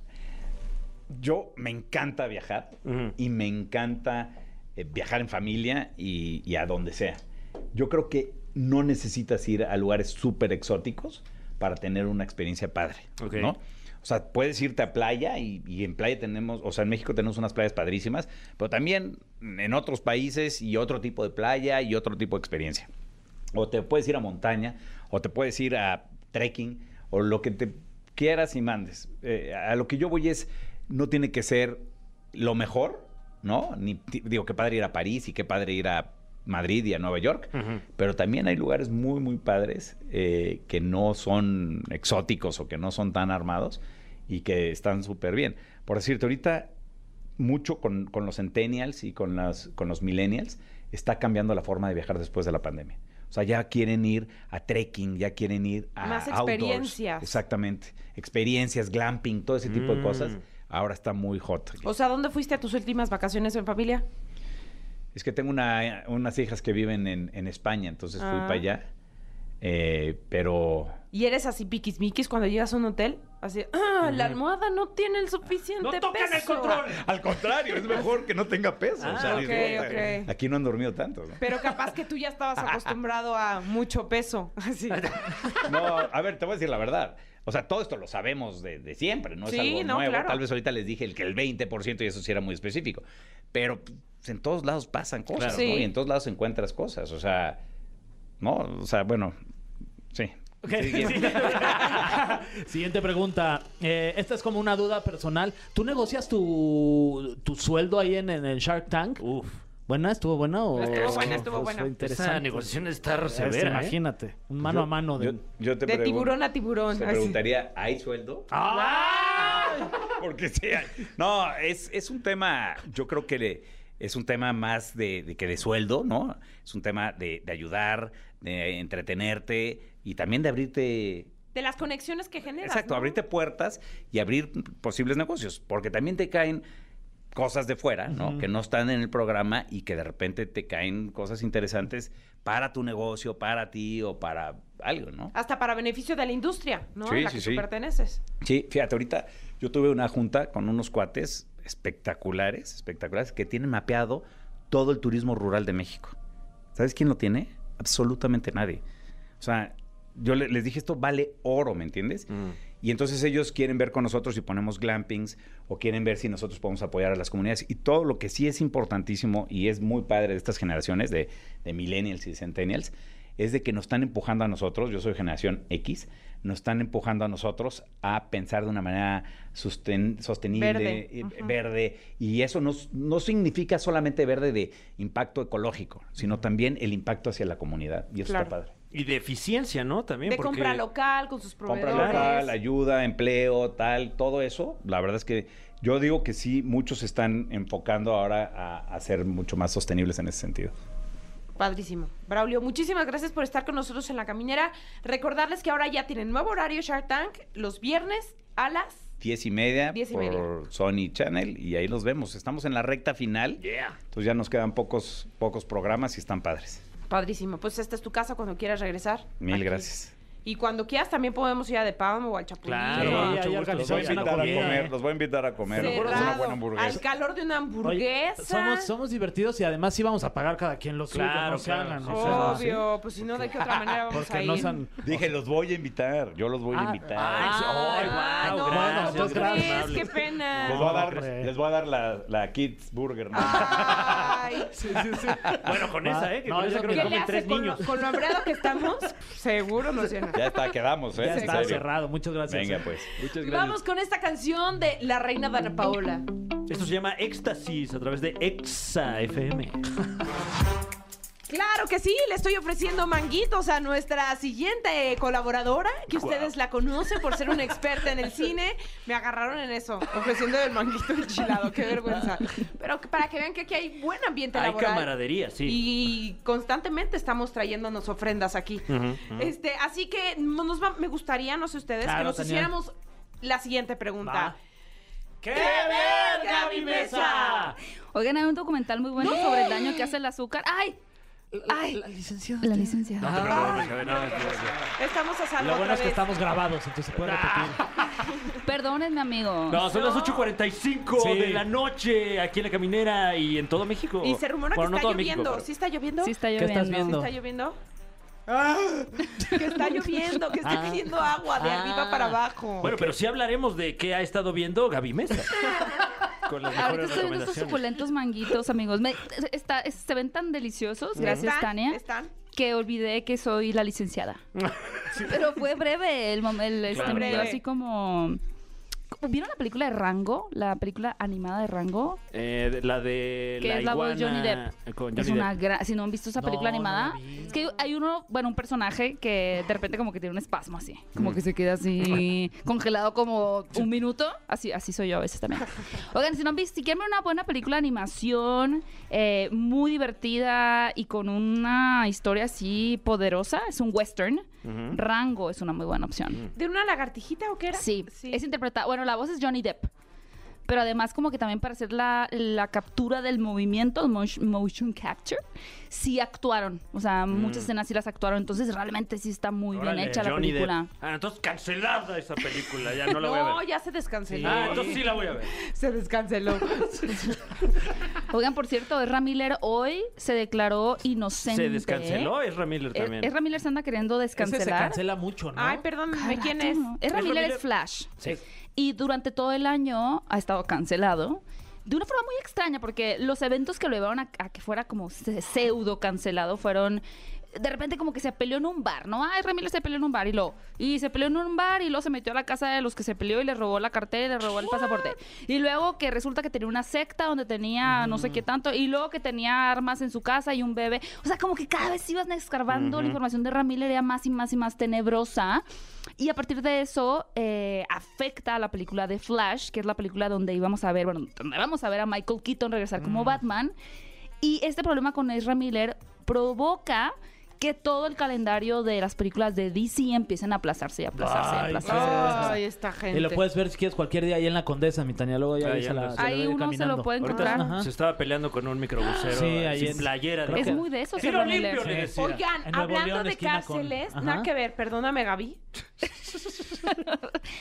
Speaker 7: yo me encanta viajar
Speaker 3: Ujú.
Speaker 7: y me encanta eh, viajar en familia y, y a donde sea. Yo creo que no necesitas ir a lugares súper exóticos para tener una experiencia padre,
Speaker 3: Ok.
Speaker 7: ¿no? O sea, puedes irte a playa y, y en playa tenemos, o sea, en México tenemos unas playas padrísimas, pero también en otros países y otro tipo de playa y otro tipo de experiencia o te puedes ir a montaña, o te puedes ir a trekking, o lo que te quieras y mandes. Eh, a lo que yo voy es, no tiene que ser lo mejor, ¿no? Ni, ti- digo, qué padre ir a París y qué padre ir a Madrid y a Nueva York,
Speaker 3: Ujú.
Speaker 7: pero también hay lugares muy, muy padres eh, que no son exóticos o que no son tan armados y que están súper bien. Por decirte, ahorita mucho con, con los centennials y con, las, con los millennials, está cambiando la forma de viajar después de la pandemia. O sea, ya quieren ir a trekking, ya quieren ir a
Speaker 2: Más
Speaker 7: outdoors.
Speaker 2: experiencias.
Speaker 7: Exactamente. Experiencias, glamping, todo ese tipo de cosas. Ahora está muy hot.
Speaker 2: O sea, ¿dónde fuiste a tus últimas vacaciones en familia?
Speaker 7: Es que tengo una- unas hijas que viven en, en España, entonces fui
Speaker 2: Ah.
Speaker 7: para allá. Eh, pero
Speaker 2: Y eres así piquismiquis cuando llegas a un hotel, así, ah, la almohada no tiene el suficiente
Speaker 3: ¡No tocan el
Speaker 2: peso".
Speaker 3: control!
Speaker 7: al contrario, es mejor que no tenga peso.
Speaker 3: Ah,
Speaker 7: o sea,
Speaker 2: ok,
Speaker 7: digo, eh,
Speaker 2: ok.
Speaker 7: Aquí no han dormido tanto. ¿no?
Speaker 2: Pero capaz que tú ya estabas acostumbrado a mucho peso. Así.
Speaker 7: No, a ver, te voy a decir la verdad. O sea, todo esto lo sabemos de, de siempre, no es
Speaker 2: Sí,
Speaker 7: algo
Speaker 2: no,
Speaker 7: nuevo.
Speaker 2: claro.
Speaker 7: Tal vez ahorita les dije el que el 20% y eso sí era muy específico. Pero pues, en todos lados pasan
Speaker 2: Claro.
Speaker 7: cosas, ¿no?
Speaker 2: Sí.
Speaker 7: Y en todos lados encuentras cosas. O sea, no, o sea, bueno, sí. Siguiente.
Speaker 4: Siguiente pregunta. Eh, esta es como una duda personal. ¿Tú negocias tu, tu sueldo ahí en, en el Shark Tank?
Speaker 3: Uf.
Speaker 4: ¿Buena? ¿Estuvo buena? O...
Speaker 2: Estuvo buena, estuvo
Speaker 4: fue
Speaker 2: buena.
Speaker 4: interesante.
Speaker 3: Esa negociación está
Speaker 4: Es,
Speaker 3: severa. ¿eh?
Speaker 4: imagínate. Un mano a mano. De...
Speaker 7: Yo, yo te
Speaker 2: De
Speaker 7: pregun-
Speaker 2: tiburón a tiburón.
Speaker 7: Te
Speaker 2: así.
Speaker 7: preguntaría, ¿hay sueldo? Porque sí hay. No, es, es un tema, yo creo que le- es un tema más de, de que de sueldo, ¿no? Es un tema de, de ayudar, de entretenerte y también de abrirte.
Speaker 2: De las conexiones que generas.
Speaker 7: Exacto,
Speaker 2: ¿no?
Speaker 7: abrirte puertas y abrir posibles negocios, porque también te caen cosas de fuera, ¿no? Que no están en el programa y que de repente te caen cosas interesantes para tu negocio, para ti o para algo, ¿no?
Speaker 2: Hasta para beneficio de la industria, ¿no?
Speaker 7: Sí,
Speaker 2: A la
Speaker 7: sí,
Speaker 2: que
Speaker 7: sí.
Speaker 2: tú perteneces.
Speaker 7: Sí, fíjate, ahorita yo tuve una junta con unos cuates espectaculares, espectaculares, que tienen mapeado todo el turismo rural de México. ¿Sabes quién lo tiene? Absolutamente nadie. O sea, yo le- les dije, esto vale oro, ¿me entiendes? Y entonces ellos quieren ver con nosotros si ponemos glampings o quieren ver si nosotros podemos apoyar a las comunidades. Y todo lo que sí es importantísimo y es muy padre de estas generaciones, de, de millennials y centennials, es de que nos están empujando a nosotros, yo soy generación X, nos están empujando a nosotros a pensar de una manera susten- sostenible,
Speaker 2: Verde,
Speaker 7: eh,
Speaker 2: ujú.
Speaker 7: verde. Y eso no, no significa solamente verde de impacto ecológico, sino también el impacto hacia la comunidad. Y eso
Speaker 2: Claro.
Speaker 7: está padre.
Speaker 3: Y de eficiencia, ¿no? También.
Speaker 2: De
Speaker 3: porque-
Speaker 2: compra local, con sus
Speaker 7: compra
Speaker 2: proveedores.
Speaker 7: local, ayuda, empleo, tal, todo eso. La verdad es que yo digo que sí, muchos se están enfocando ahora a, a ser mucho más sostenibles en ese sentido.
Speaker 2: Padrísimo. Braulio, muchísimas gracias por estar con nosotros en La Caminera. Recordarles que ahora ya tienen nuevo horario Shark Tank los viernes a las...
Speaker 7: Diez y media
Speaker 2: Diez y
Speaker 7: por
Speaker 2: media.
Speaker 7: Sony Channel y ahí los vemos. Estamos en la recta final,
Speaker 3: Yeah.
Speaker 7: entonces ya nos quedan pocos, pocos programas y están padres.
Speaker 2: Padrísimo. Pues esta es tu casa cuando quieras regresar.
Speaker 7: Mil
Speaker 2: Aquí.
Speaker 7: gracias.
Speaker 2: Y cuando quieras también podemos ir a De Palma o al Chapulín.
Speaker 3: Claro,
Speaker 4: Sí,
Speaker 3: con
Speaker 4: ahí
Speaker 3: mucho gusto.
Speaker 4: organizamos
Speaker 7: Los voy a
Speaker 4: Hacemos una
Speaker 7: invitar
Speaker 4: comida,
Speaker 7: a comer,
Speaker 4: ¿eh?
Speaker 7: los voy a invitar a comer. Una
Speaker 2: Cerrado,
Speaker 7: buena
Speaker 2: al
Speaker 7: hamburguesa.
Speaker 2: calor de una
Speaker 4: Oye,
Speaker 2: hamburguesa.
Speaker 4: somos, somos divertidos y además sí vamos a pagar cada quien lo suyo.
Speaker 3: Claro,
Speaker 4: no se
Speaker 3: claro,
Speaker 4: hagan,
Speaker 3: sí,
Speaker 4: o sea, sí.
Speaker 2: Obvio, pues si no, ¿de qué otra manera vamos a
Speaker 4: Porque
Speaker 2: ir?
Speaker 4: no sean...
Speaker 7: Dije, los voy a invitar, yo los voy a
Speaker 4: Ah,
Speaker 7: invitar.
Speaker 2: Ay,
Speaker 3: Ay,
Speaker 2: no,
Speaker 3: wow,
Speaker 2: bueno,
Speaker 4: gracias,
Speaker 2: ¿tú
Speaker 4: gracias.
Speaker 2: crees? qué
Speaker 7: les,
Speaker 2: pena.
Speaker 7: voy a dar,
Speaker 4: hombre.
Speaker 7: les voy a dar la, la Kids Burger. ¿no?
Speaker 4: Ah.
Speaker 2: Ay,
Speaker 3: Bueno, con
Speaker 4: Va.
Speaker 3: esa, ¿eh? Que
Speaker 4: No,
Speaker 3: con
Speaker 4: esa
Speaker 3: esa
Speaker 2: ¿Qué
Speaker 3: creo que
Speaker 4: me
Speaker 2: le
Speaker 3: comen
Speaker 2: hace
Speaker 3: tres
Speaker 2: con lo,
Speaker 3: niños.
Speaker 2: con lo hambreado que estamos? Seguro nos llena.
Speaker 7: Ya está, quedamos, ¿eh?
Speaker 4: Ya
Speaker 7: En
Speaker 4: está
Speaker 7: serio.
Speaker 4: cerrado. Muchas gracias.
Speaker 7: Venga, pues.
Speaker 2: Vamos con esta canción de La Reina Dana Paola.
Speaker 3: Esto se llama Éxtasis a través de Exa FM.
Speaker 2: Claro que sí, le estoy ofreciendo manguitos a nuestra siguiente colaboradora, que ustedes la conocen por ser una experta en el cine. Me agarraron en eso, ofreciendo el manguito enchilado, qué vergüenza. Pero que- para que vean que aquí hay buen ambiente
Speaker 3: Hay
Speaker 2: laboral.
Speaker 3: camaradería, sí.
Speaker 2: Y constantemente estamos trayéndonos ofrendas aquí. Este, así que no nos va- me gustaría, no sé ustedes, que
Speaker 4: Claro,
Speaker 2: nos
Speaker 4: Tania.
Speaker 2: hiciéramos la siguente pregunta.
Speaker 3: Va. ¡Qué
Speaker 2: verga, mi mesa!
Speaker 8: Oigan, hay un documental muy bueno sobre el daño que hace el azúcar. ¡Ay! ¡Ay! La, licenciada. La licenciada.
Speaker 3: No te preocupes, a ver, no, no, no.
Speaker 2: Estamos a salvo
Speaker 4: Lo bueno
Speaker 2: otra
Speaker 4: es que
Speaker 2: vez.
Speaker 4: estamos grabados, entonces se puede
Speaker 3: Ah,
Speaker 4: repetir.
Speaker 8: Perdónenme, amigo.
Speaker 3: No, son las 8.45
Speaker 4: Sí.
Speaker 3: de la noche aquí en La Caminera y en todo México.
Speaker 2: Y se rumora que
Speaker 3: Bueno, no
Speaker 2: está
Speaker 3: todo México,
Speaker 2: lloviendo.
Speaker 3: pero-
Speaker 2: ¿Sí está lloviendo?
Speaker 8: Sí está
Speaker 4: ¿Qué
Speaker 8: lloviendo.
Speaker 4: estás viendo?
Speaker 2: ¿Está lloviendo? Que está lloviendo, que está
Speaker 4: Ah.
Speaker 2: cayendo agua de arriba
Speaker 8: Ah.
Speaker 2: para abajo.
Speaker 3: Bueno, pero sí hablaremos de qué ha estado viendo Gaby Mesa. con las
Speaker 8: Ahorita
Speaker 3: mejores
Speaker 8: estoy viendo estos
Speaker 3: recomendaciones.
Speaker 8: suculentos manguitos, amigos. Me- está- es- se ven tan deliciosos, gracias
Speaker 2: ¿Están?
Speaker 8: Tania,
Speaker 2: ¿Están?
Speaker 8: que olvidé que soy la licenciada. Pero fue breve el momento, el, este
Speaker 3: Claro,
Speaker 8: video,
Speaker 2: claro.
Speaker 8: así como... ¿Vieron la película de Rango? La película animada de Rango.
Speaker 3: Eh, de- la de
Speaker 8: Que
Speaker 3: la
Speaker 8: es la voz de
Speaker 3: iguana
Speaker 8: Johnny Depp.
Speaker 3: eh, Con
Speaker 8: Es
Speaker 3: Johnny
Speaker 8: una
Speaker 3: Depp.
Speaker 8: gran... Si no han visto esa
Speaker 4: No,
Speaker 8: película
Speaker 4: no
Speaker 8: animada,
Speaker 4: la vi.
Speaker 8: es que hay uno, bueno, un personaje que de repente como que tiene un espasmo así,
Speaker 3: Mm.
Speaker 8: como que se queda así congelado como un minuto, así así soy yo a veces también. Oigan, si no han visto, si quieren ver una buena película de animación, eh, muy divertida y con una historia así poderosa, es un western,
Speaker 3: Ujú. Mm.
Speaker 8: Rango es una muy buena opción.
Speaker 2: ¿De una lagartijita o qué era?
Speaker 8: Sí, es interpretada. Bueno, la voz es Johnny Depp. Pero además, como que también para hacer la, la captura del movimiento, el mosh- motion capture, sí actuaron. O sea, muchas escenas sí las actuaron. Entonces, realmente sí está muy
Speaker 3: Mm. Órale,
Speaker 8: bien hecha la
Speaker 3: Johnny Depp.
Speaker 8: película.
Speaker 3: Ah, entonces cancelada esa película, ya no la voy a
Speaker 2: No,
Speaker 3: ver.
Speaker 2: ya se descanceló.
Speaker 3: Ah, entonces sí la voy a ver.
Speaker 2: Se descanceló.
Speaker 8: Oigan, por cierto, Ezra Miller hoy se declaró inocente.
Speaker 3: Se descanceló es Miller
Speaker 8: E-
Speaker 3: también.
Speaker 8: Ezra Miller se anda queriendo
Speaker 4: Ese se
Speaker 8: descancelar.
Speaker 4: cancela mucho, ¿no?
Speaker 2: Ay, perdón,
Speaker 8: Cada
Speaker 2: ¿quién
Speaker 8: rato,
Speaker 2: es?
Speaker 8: ¿no? Ezra
Speaker 3: Ezra
Speaker 8: Miller
Speaker 3: Miller-
Speaker 8: es Flash.
Speaker 3: Sí.
Speaker 8: Y durante todo el año ha estado cancelado. De una forma muy extraña, porque los eventos que lo llevaron a, a que fuera como se- pseudo cancelado fueron. De repente, como que se peleó en un bar, ¿no? Ay, Ramírez se peleó en un bar y lo. Y se peleó en un bar y luego se metió a la casa de los que se peleó y le robó la cartera y le robó el pasaporte. Y luego que resulta que tenía una secta donde tenía no sé qué tanto y luego que tenía armas en su casa y un bebé. O sea, como que cada vez iban escarbando la información de Ramírez era más y más y más tenebrosa. Y a partir de eso eh, afecta a la película de Flash, que es la película donde íbamos a ver, bueno, donde vamos a ver a Michael Keaton regresar como Batman. Y este problema con Ezra Miller provoca que todo el calendario de las películas de DC empiecen a aplazarse y aplazarse y
Speaker 4: Ay,
Speaker 8: aplazarse. y aplazarse.
Speaker 2: Ay, esta gente.
Speaker 4: Y lo puedes ver si quieres cualquier día ahí en la Condesa, mi Tania. Luego ya
Speaker 3: Ahí
Speaker 4: ahí se la-
Speaker 3: andas.
Speaker 4: se la
Speaker 8: Ahí
Speaker 4: ve
Speaker 8: uno se lo
Speaker 4: caminando.
Speaker 8: puede
Speaker 3: Ahorita
Speaker 8: encontrar.
Speaker 4: Ajá.
Speaker 3: se estaba peleando con un microbusero
Speaker 4: Sí,
Speaker 3: eh,
Speaker 4: ahí
Speaker 3: sin
Speaker 4: es-
Speaker 3: playera.
Speaker 4: creo
Speaker 8: Es
Speaker 4: que-
Speaker 8: muy de esos,
Speaker 3: Tiro
Speaker 8: Ezra
Speaker 3: limpio,
Speaker 8: Miller.
Speaker 3: le
Speaker 4: Sí.
Speaker 3: decía.
Speaker 2: Oigan,
Speaker 4: En Nuevo
Speaker 2: hablando
Speaker 4: León,
Speaker 2: de
Speaker 4: esquina con-
Speaker 2: cárceles,
Speaker 4: Ajá.
Speaker 2: nada que ver, perdóname, Gaby.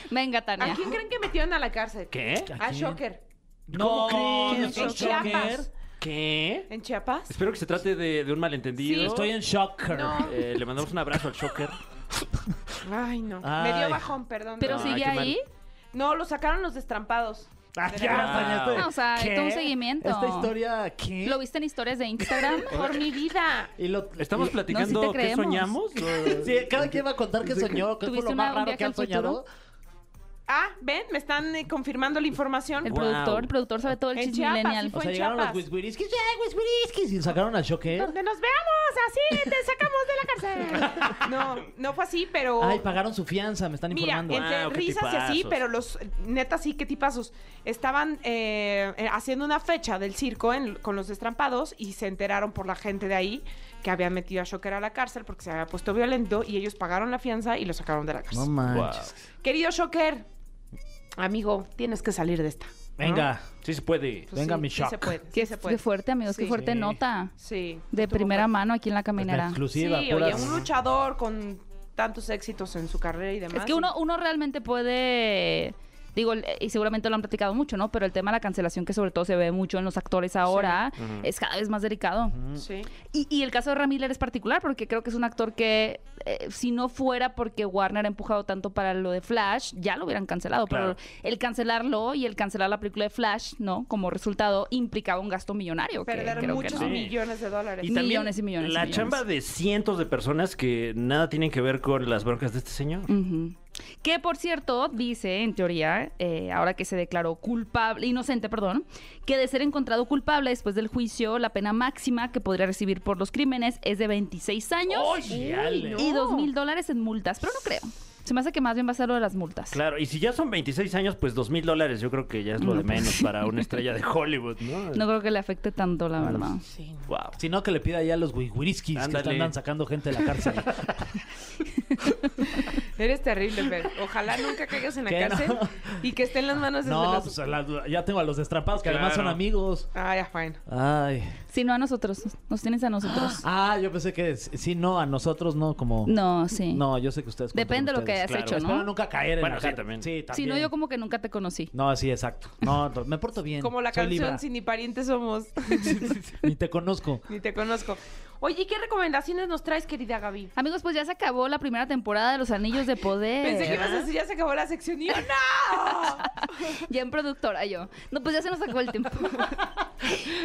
Speaker 8: Venga,
Speaker 2: ¿A
Speaker 8: Tania.
Speaker 2: quién creen que metieron a la cárcel?
Speaker 3: ¿Qué?
Speaker 2: A
Speaker 4: quién?
Speaker 2: Shocker.
Speaker 4: No,
Speaker 3: ¿Cómo
Speaker 4: no
Speaker 3: crees?
Speaker 4: soy
Speaker 2: En Chiapas.
Speaker 4: shocker.
Speaker 3: ¿Qué?
Speaker 2: ¿En Chiapas?
Speaker 3: Espero que se trate de, de un malentendido.
Speaker 8: Sí.
Speaker 4: Estoy en shocker.
Speaker 2: No.
Speaker 3: Eh, le mandamos un abrazo al Shocker.
Speaker 2: Ay, no.
Speaker 4: Ay.
Speaker 2: Me dio bajón, perdón.
Speaker 8: Pero
Speaker 3: Ay,
Speaker 8: sigue
Speaker 3: qué mal.
Speaker 8: ahí.
Speaker 2: No, lo sacaron los destrampados.
Speaker 4: Ah,
Speaker 2: De
Speaker 4: ya,
Speaker 2: verdad.
Speaker 4: Tania, estoy-
Speaker 8: No, o sea,
Speaker 4: ¿Qué?
Speaker 8: todo un seguimiento.
Speaker 4: Esta historia, ¿qué?
Speaker 8: ¿Lo viste en historias de Instagram?
Speaker 2: Por mi vida.
Speaker 4: Y lo-
Speaker 3: ¿Estamos
Speaker 4: y-
Speaker 3: platicando
Speaker 8: No, sí te
Speaker 3: qué
Speaker 8: creemos.
Speaker 3: soñamos?
Speaker 4: Sí, cada quien va a contar que soñó, que fue
Speaker 8: ¿Tuviste
Speaker 4: lo más
Speaker 8: una-
Speaker 4: raro
Speaker 8: un
Speaker 4: que
Speaker 8: viaje
Speaker 4: han
Speaker 8: al futuro?
Speaker 4: soñado.
Speaker 2: Ah, ven, me están eh, confirmando la información.
Speaker 8: El
Speaker 3: Wow.
Speaker 8: productor, el productor sabe todo el
Speaker 2: En
Speaker 8: chisme
Speaker 2: Chiapas,
Speaker 8: millennial.
Speaker 2: sí
Speaker 4: O
Speaker 2: Fue
Speaker 4: sea,
Speaker 2: en
Speaker 4: llegaron los
Speaker 2: Chiapas.
Speaker 4: whiskiriskis, ya, whiskiriskis, y sacaron al shocker.
Speaker 2: Donde nos veamos, así te sacamos de la cárcel. No, no fue así, pero.
Speaker 4: Ay, pagaron su fianza, me están
Speaker 2: Mira,
Speaker 4: informando.
Speaker 2: entre
Speaker 3: Wow, qué
Speaker 2: risas y así,
Speaker 3: Ah, tipazos.
Speaker 2: pero los neta sí, qué tipazos. Estaban eh, eh, haciendo una fecha del circo en- con los destrampados y se enteraron por la gente de ahí que habían metido a Shocker a la cárcel porque se había puesto violento y ellos pagaron la fianza y lo sacaron de la cárcel.
Speaker 4: No manches.
Speaker 2: Querido Shocker, amigo, tienes que salir de esta. ¿no?
Speaker 4: Venga,
Speaker 3: Ah, Sí se puede.
Speaker 2: Pues
Speaker 4: venga,
Speaker 2: sí,
Speaker 4: mi
Speaker 2: sí
Speaker 4: Shock.
Speaker 2: se puede, sí
Speaker 8: Qué,
Speaker 2: se puede.
Speaker 8: qué fuerte, amigos, qué
Speaker 2: Sí.
Speaker 8: fuerte
Speaker 4: Sí.
Speaker 8: nota.
Speaker 2: Sí.
Speaker 8: De
Speaker 2: estuvo
Speaker 8: primera
Speaker 2: fuerte.
Speaker 8: mano aquí en la
Speaker 4: pues, la
Speaker 8: caminera.
Speaker 4: exclusiva,
Speaker 2: Sí, oye,
Speaker 4: puras-
Speaker 2: un luchador con tantos éxitos en su carrera y demás.
Speaker 3: Ah,
Speaker 8: Es que uno, uno realmente puede. Digo, el- y seguramente lo han platicado mucho, ¿no? Pero el tema de la cancelación, que sobre todo se ve mucho en los actores ahora, es cada vez más delicado.
Speaker 4: Mm.
Speaker 2: Sí.
Speaker 8: Y, y el caso de Ramírez es particular porque creo que es un actor que eh, si no fuera porque Warner ha empujado tanto para lo de Flash, ya lo hubieran cancelado.
Speaker 3: Claro.
Speaker 8: Pero el cancelarlo y el cancelar la película de Flash, ¿no? Como resultado, implicaba un gasto millonario. que
Speaker 2: Perder
Speaker 8: creo que
Speaker 2: muchos
Speaker 8: no.
Speaker 3: Sí.
Speaker 2: millones de dólares.
Speaker 8: Y- Millones y millones y
Speaker 3: La
Speaker 8: millones.
Speaker 3: chamba de cientos de personas que nada tienen que ver con las broncas de este señor.
Speaker 8: Ujú. Que por cierto, dice en teoría, eh, ahora que se declaró culpable, inocente, perdón, que de ser encontrado culpable después del juicio, la pena máxima que podría recibir por los crímenes es de 26 años
Speaker 4: Oye, Ale.
Speaker 2: no.
Speaker 8: y dos mil dólares en multas, pero no creo. Se me hace que más bien va a ser lo de las multas.
Speaker 3: Claro, y si ya son 26 años, pues dos mil dólares yo creo que ya es lo de menos para una estrella de Hollywood, ¿no?
Speaker 8: No creo que le afecte tanto, la verdad.
Speaker 2: Sí, no.
Speaker 3: Wow.
Speaker 4: Si no, que le pida ya a los whiskiriskis que
Speaker 3: Ándale.
Speaker 4: están andan sacando gente de la cárcel.
Speaker 2: Eres terrible, Fer. Ojalá nunca caigas en la
Speaker 4: ¿Qué no?
Speaker 2: cárcel y que esté en las manos de
Speaker 4: no,
Speaker 2: los...
Speaker 4: pues a la- ya tengo a los destrampados que además son
Speaker 3: Claro.
Speaker 4: amigos.
Speaker 2: Ay, ah, bueno.
Speaker 4: Ay.
Speaker 8: Si no a nosotros, nos tienes a nosotros.
Speaker 4: Ah, yo pensé que s- sí, no, a nosotros no, como.
Speaker 8: No, sí.
Speaker 4: No, yo sé que ustedes. cuentan
Speaker 8: Depende de lo que
Speaker 4: ustedes.
Speaker 8: hayas
Speaker 3: claro.
Speaker 8: hecho,
Speaker 4: Espero
Speaker 8: ¿no?
Speaker 4: nunca caer en
Speaker 3: Bueno,
Speaker 4: la
Speaker 3: sí,
Speaker 4: cárcel.
Speaker 3: también.
Speaker 4: Sí, también.
Speaker 8: Si no, yo como que nunca te conocí.
Speaker 4: No, sí, exacto. No, no, me porto bien.
Speaker 2: Como la
Speaker 4: Soy
Speaker 2: canción,
Speaker 4: Libra.
Speaker 2: si ni parientes somos,
Speaker 4: Ni te conozco.
Speaker 2: ni te conozco. Oye, ¿y ¿qué recomendaciones nos traes, querida Gaby?
Speaker 8: Amigos, pues ya se acabó la primera temporada de Los Anillos de Poder.
Speaker 2: Pensé que ibas a decir, ya se acabó la sección y yo, ¡no!
Speaker 8: Ya en productora yo. No, pues ya se nos acabó el tiempo.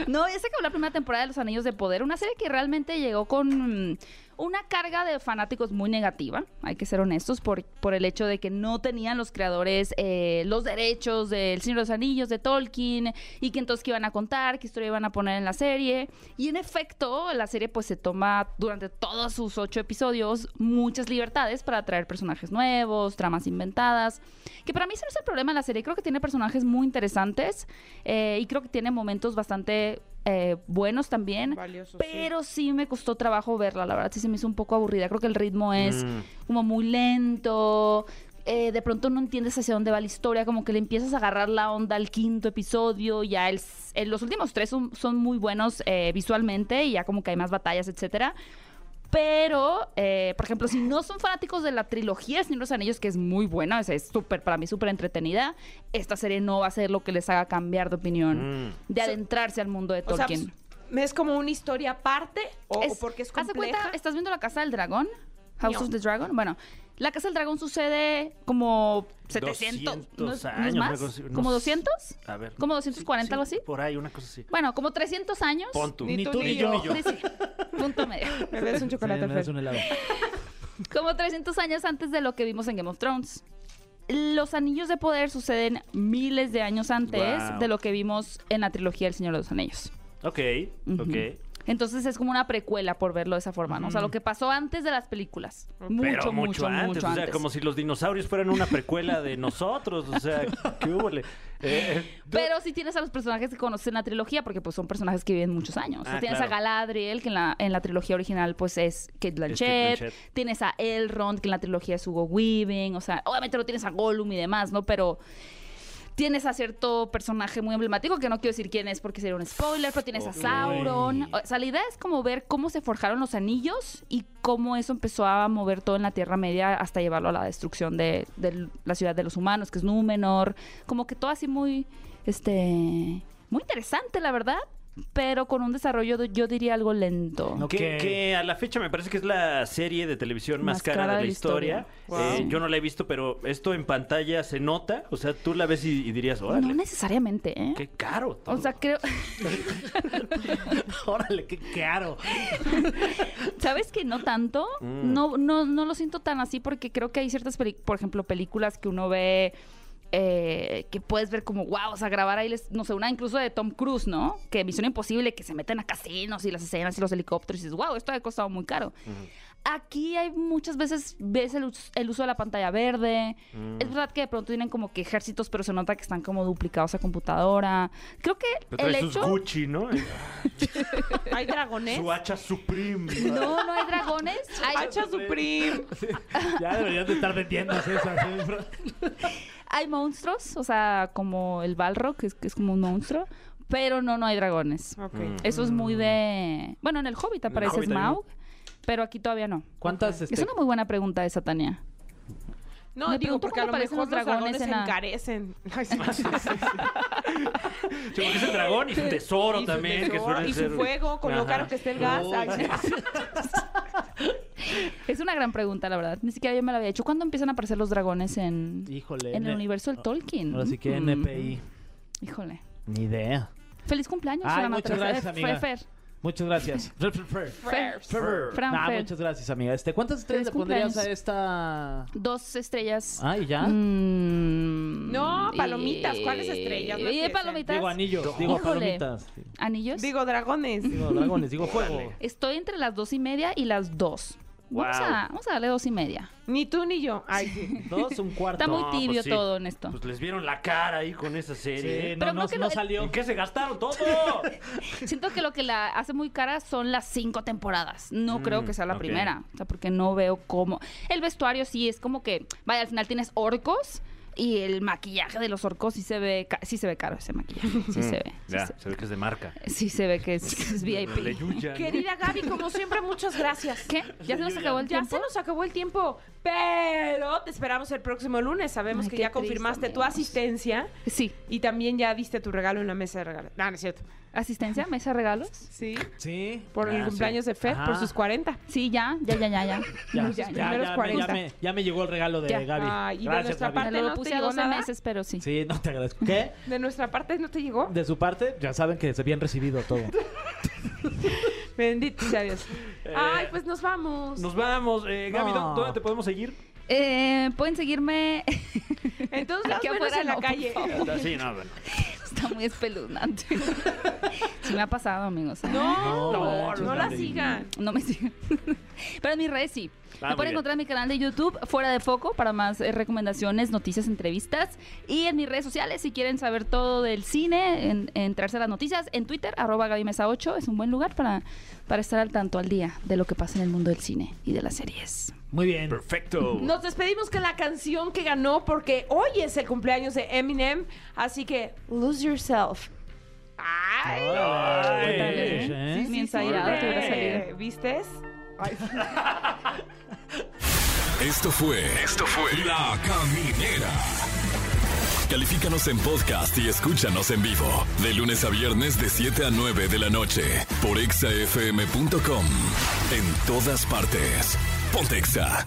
Speaker 8: no, ya se acabó la primera temporada de Los Anillos de Poder, una serie que realmente llegó con mm, una carga de fanáticos muy negativa, hay que ser honestos, por, por el hecho de que no tenían los creadores eh, los derechos del Señor de los Anillos, de Tolkien, y que entonces qué iban a contar, qué historia iban a poner en la serie. Y en efecto, la serie pues se toma durante todos sus ocho episodios muchas libertades para traer personajes nuevos, tramas inventadas, que para mí ese no es el problema de la serie, creo que tiene personajes muy interesantes eh, y creo que tiene momentos bastante eh, buenos también.
Speaker 2: Valioso, sí.
Speaker 8: pero sí. me costó trabajo verla, la verdad sí se me hizo un poco aburrida. Creo que el ritmo es como muy lento. eh, de pronto no entiendes hacia dónde va la historia, como que le empiezas a agarrar la onda al quinto episodio, ya el, s- eh, los últimos tres son, son muy buenos eh, visualmente y ya como que hay más batallas, etcétera. Pero, eh, por ejemplo, si no son fanáticos de la trilogía Señor de los Anillos, que es muy buena, o sea, es súper, para mí súper entretenida, esta serie no va a ser lo que les haga cambiar de
Speaker 3: Mm.
Speaker 8: opinión, de adentrarse al mundo de
Speaker 2: O sea,
Speaker 8: Tolkien.
Speaker 2: pues, ¿es como una historia aparte o,
Speaker 8: Es-
Speaker 2: o porque es
Speaker 8: haz de
Speaker 2: compleja?
Speaker 8: cuenta, ¿estás viendo La Casa del Dragón? House
Speaker 2: No.
Speaker 8: of the Dragon. Bueno, La Casa del Dragón sucede como 700, ¿no es-
Speaker 3: 200
Speaker 8: no es
Speaker 3: años, una
Speaker 8: más?
Speaker 3: cosa así,
Speaker 8: ¿Como
Speaker 3: unos-
Speaker 8: 200?
Speaker 3: A ver.
Speaker 8: ¿Como 240
Speaker 3: sí,
Speaker 8: algo así?
Speaker 3: Por ahí, una cosa así.
Speaker 8: Bueno, como 300 años.
Speaker 3: Pon tú.
Speaker 2: Ni tú ni
Speaker 8: Sí,
Speaker 2: yo.
Speaker 3: ni yo.
Speaker 8: sí, punto medio.
Speaker 2: Me ves un
Speaker 4: Sí,
Speaker 2: chocolate
Speaker 4: me das
Speaker 2: Fer.
Speaker 4: un helado.
Speaker 8: Como 300 años antes de lo que vimos en Game of Thrones. Los anillos de poder suceden miles de años antes
Speaker 3: Guau.
Speaker 8: de lo que vimos en la trilogía del Señor de los Anillos.
Speaker 3: Ok,
Speaker 8: Ujú.
Speaker 3: ok.
Speaker 8: Entonces es como una precuela por verlo de esa forma, ¿no? O sea, lo que pasó antes de las películas. Mucho,
Speaker 3: Pero
Speaker 8: mucho, mucho antes.
Speaker 3: O sea, como si los dinosaurios fueran una precuela de nosotros. O sea, qué húbole. Eh,
Speaker 8: Pero sí tienes a los personajes que conoces en la trilogía, porque pues son personajes que viven muchos años. O sea,
Speaker 3: Ah,
Speaker 8: tienes
Speaker 3: claro.
Speaker 8: a Galadriel, que en la, en la trilogía original pues es Kate Blanchett.
Speaker 3: Blanchett.
Speaker 8: Tienes a Elrond, que en la trilogía es Hugo Weaving. O sea, obviamente no tienes a Gollum y demás, ¿no? Pero tienes a cierto personaje muy emblemático, que no quiero decir quién es porque sería un spoiler, pero tienes a Sauron. O sea, la idea es como ver cómo se forjaron los anillos y cómo eso empezó a mover todo en la Tierra Media hasta llevarlo a la destrucción de, de la ciudad de los humanos, que es Númenor. Como que todo así muy, este, muy interesante, la verdad. Pero con un desarrollo, de- yo diría algo lento.
Speaker 4: No,
Speaker 3: Que,
Speaker 4: Ok.
Speaker 3: que a la fecha me parece que es la serie de televisión más, cara, de la historia.
Speaker 2: Wow.
Speaker 3: Eh, yo no la he visto, pero esto en pantalla se nota. O sea, tú la ves y, y dirías, órale,
Speaker 8: No necesariamente, ¿eh?
Speaker 3: qué caro. todo".
Speaker 8: O sea, creo.
Speaker 4: Órale, qué caro.
Speaker 8: ¿Sabes que no tanto? No, no, no lo siento tan así porque creo que hay ciertas, peli- por ejemplo, películas que uno ve eh, que puedes ver como, wow, o sea, grabar ahí, les- no sé, una incluso de Tom Cruise, ¿no? Que Misión Imposible, que se meten a casinos y las escenas y los helicópteros y dices, wow, esto ha costado muy caro. Aquí hay muchas veces, ves el, us- el uso de la pantalla verde. Es verdad que de pronto tienen como que ejércitos, pero se nota que están como duplicados a computadora. Creo que
Speaker 3: Pero
Speaker 8: el
Speaker 3: trae sus
Speaker 8: hecho...
Speaker 3: Gucci, ¿no?
Speaker 2: ¿Hay dragones?
Speaker 3: Su hacha Supreme.
Speaker 8: No, no hay dragones. Hay,
Speaker 2: Hacha Supreme.
Speaker 4: Ya deberían de estar vendiendo esas. ¿eh?
Speaker 8: Hay monstruos, o sea, como el Balrog, que es, que es como un monstruo, pero no, no hay dragones.
Speaker 2: Ok.
Speaker 3: Mm.
Speaker 8: Eso es muy de... Bueno, en el Hobbit aparece
Speaker 3: Hobbit hay
Speaker 8: Smaug, pero aquí todavía no.
Speaker 4: ¿Cuántas este,
Speaker 8: Es una muy buena pregunta esa, Tania.
Speaker 2: No,
Speaker 8: Me
Speaker 2: digo,
Speaker 8: pregunto
Speaker 2: porque a
Speaker 8: cómo
Speaker 2: lo
Speaker 8: aparecen
Speaker 2: mejor los
Speaker 8: los dragones
Speaker 2: dragones se
Speaker 8: en la-
Speaker 2: encarecen. Ay, sí, sí, sí.
Speaker 3: Sí, porque es el dragón y su tesoro
Speaker 2: Y su
Speaker 3: también. que
Speaker 2: tesoro,
Speaker 3: suele
Speaker 2: y su
Speaker 3: ser-
Speaker 2: fuego, con lo
Speaker 3: Ajá.
Speaker 2: caro que esté el gas. Ay, sí.
Speaker 8: Es una gran pregunta, la verdad. Ni siquiera yo me la había hecho. ¿Cuándo empiezan a aparecer los dragones en,
Speaker 4: Híjole.
Speaker 8: en
Speaker 4: N-
Speaker 8: el
Speaker 4: Ah,
Speaker 8: universo del Tolkien?
Speaker 4: Ahora sí que
Speaker 8: Mm.
Speaker 4: NPI.
Speaker 8: Híjole.
Speaker 4: Ni idea.
Speaker 8: Feliz cumpleaños,
Speaker 4: Ay,
Speaker 8: Fran,
Speaker 4: muchas
Speaker 8: otra vez.
Speaker 4: gracias,
Speaker 8: Eh,
Speaker 4: amiga.
Speaker 8: Fer,
Speaker 4: Muchas gracias. Fer, fer, fer.
Speaker 8: Fer, Fer.
Speaker 4: Fer.
Speaker 8: Fran,
Speaker 4: Ah,
Speaker 8: Fer.
Speaker 4: muchas gracias, amiga. Este, ¿Cuántas estrellas le
Speaker 8: Feliz
Speaker 4: pondrías a
Speaker 8: cumpleaños.
Speaker 4: esta?
Speaker 8: Dos estrellas.
Speaker 4: Ah, y ya.
Speaker 8: Mm,
Speaker 2: No, palomitas, ¿cuáles estrellas? No
Speaker 8: Y-
Speaker 2: empiecen.
Speaker 8: palomitas.
Speaker 4: Digo anillos, digo
Speaker 8: Híjole.
Speaker 4: palomitas.
Speaker 8: ¿Anillos?
Speaker 2: Digo, dragones.
Speaker 4: Digo dragones, digo fuego.
Speaker 8: Estoy entre las dos y media y las dos. Vamos,
Speaker 3: Wow.
Speaker 8: a, vamos a darle dos y media.
Speaker 2: Ni tú ni yo. Ay, sí.
Speaker 4: Dos, un cuarto.
Speaker 8: Está muy
Speaker 3: No,
Speaker 8: tibio
Speaker 3: pues sí.
Speaker 8: todo en esto.
Speaker 3: Pues les vieron la cara ahí con esa
Speaker 4: Sí,
Speaker 3: serie. ¿eh?
Speaker 4: no,
Speaker 8: Pero
Speaker 4: no,
Speaker 8: creo que
Speaker 4: no
Speaker 8: lo-
Speaker 4: salió.
Speaker 3: ¿En qué se gastaron todo?
Speaker 8: Siento que lo que la hace muy cara son las cinco temporadas. No
Speaker 3: Mm,
Speaker 8: creo que sea la
Speaker 3: ok.
Speaker 8: primera. O sea, porque no veo cómo. El vestuario sí es como que, vaya, al final tienes orcos y el maquillaje de los orcos sí se ve, ca- sí se ve caro ese maquillaje. Sí se ve. Sí,
Speaker 3: Ya,
Speaker 8: se,
Speaker 3: se ve que es de marca.
Speaker 8: sí se ve que es, que es VIP.
Speaker 3: De Yuya, ¿no?
Speaker 2: Querida Gaby, como siempre, muchas gracias.
Speaker 8: ¿Qué? ¿Ya se nos acabó el
Speaker 2: Ya
Speaker 8: tiempo?
Speaker 2: se nos acabó el tiempo, pero te esperamos el próximo lunes. Sabemos
Speaker 8: Ay,
Speaker 2: que
Speaker 8: qué
Speaker 2: ya
Speaker 8: triste,
Speaker 2: confirmaste tu
Speaker 8: amigos.
Speaker 2: asistencia
Speaker 8: Sí.
Speaker 2: y también ya diste tu regalo en la mesa de regalo. No, no es cierto.
Speaker 8: ¿Asistencia? ¿Mesa de regalos?
Speaker 2: Sí,
Speaker 4: Sí.
Speaker 2: por el
Speaker 3: Ah, sí.
Speaker 2: cumpleaños de Fer, por
Speaker 4: Ajá.
Speaker 2: sus 40.
Speaker 8: Sí, ya, ya, ya, ya, ya.
Speaker 4: Ya,
Speaker 8: Ya,
Speaker 4: ya,
Speaker 8: ya,
Speaker 4: ya,
Speaker 2: los
Speaker 4: me-
Speaker 2: 40.
Speaker 4: ya me, ya me llegó el regalo de
Speaker 8: Ya.
Speaker 4: Gaby.
Speaker 2: Ah, y de
Speaker 4: Gracias,
Speaker 2: nuestra
Speaker 4: Gaby.
Speaker 2: parte-
Speaker 8: Me lo
Speaker 2: ¿No te
Speaker 8: puse a
Speaker 2: llegó
Speaker 8: 12
Speaker 2: nada?
Speaker 8: meses, pero sí.
Speaker 4: Sí, no te agradezco. ¿Qué?
Speaker 2: De nuestra parte no te llegó.
Speaker 4: De su parte, ya saben que se habían recibido todo.
Speaker 2: Bendito sea Dios. Ay, pues nos vamos.
Speaker 3: Nos vamos. Eh, Gaby,
Speaker 4: No.
Speaker 3: ¿dónde te podemos seguir?
Speaker 8: Eh, Pueden seguirme.
Speaker 2: Entonces,
Speaker 8: Aquí
Speaker 2: las menos
Speaker 8: afuera
Speaker 2: en la
Speaker 8: no, por
Speaker 2: calle.
Speaker 8: favor.
Speaker 3: Sí, no, bueno.
Speaker 8: Está muy espeluznante. Sí me ha pasado, amigos. ¿eh?
Speaker 2: No, no,
Speaker 3: No,
Speaker 2: no la sigan.
Speaker 8: No me sigan. Pero en mis redes sí.
Speaker 3: Ah,
Speaker 8: Me
Speaker 3: muy
Speaker 8: pueden
Speaker 3: bien.
Speaker 8: encontrar en mi canal de YouTube, Fuera de Foco, para más eh, recomendaciones, noticias, entrevistas. Y en mis redes sociales, si quieren saber todo del cine, en, entrarse a las noticias, en Twitter, arroba Gaby Mesa 8, es un buen lugar para, para estar al tanto al día de lo que pasa en el mundo del cine y de las series.
Speaker 4: Muy bien.
Speaker 3: Perfecto.
Speaker 2: Nos despedimos con la canción que ganó porque hoy es el cumpleaños de Eminem, así que Lose Yourself. Ay,
Speaker 4: Ay,
Speaker 3: Ay.
Speaker 4: ¿eh?
Speaker 8: Sí, sí,
Speaker 2: mi
Speaker 8: sí,
Speaker 2: ensayada
Speaker 8: te hubiera
Speaker 2: ¿Viste?
Speaker 8: salido.
Speaker 2: ¿Vistes?
Speaker 1: Esto fue. Esto fue. La Caminera. Califícanos en podcast y escúchanos en vivo. De lunes a viernes, de 7 a 9 de la noche. Por exafm.com. En todas partes. Pontexa.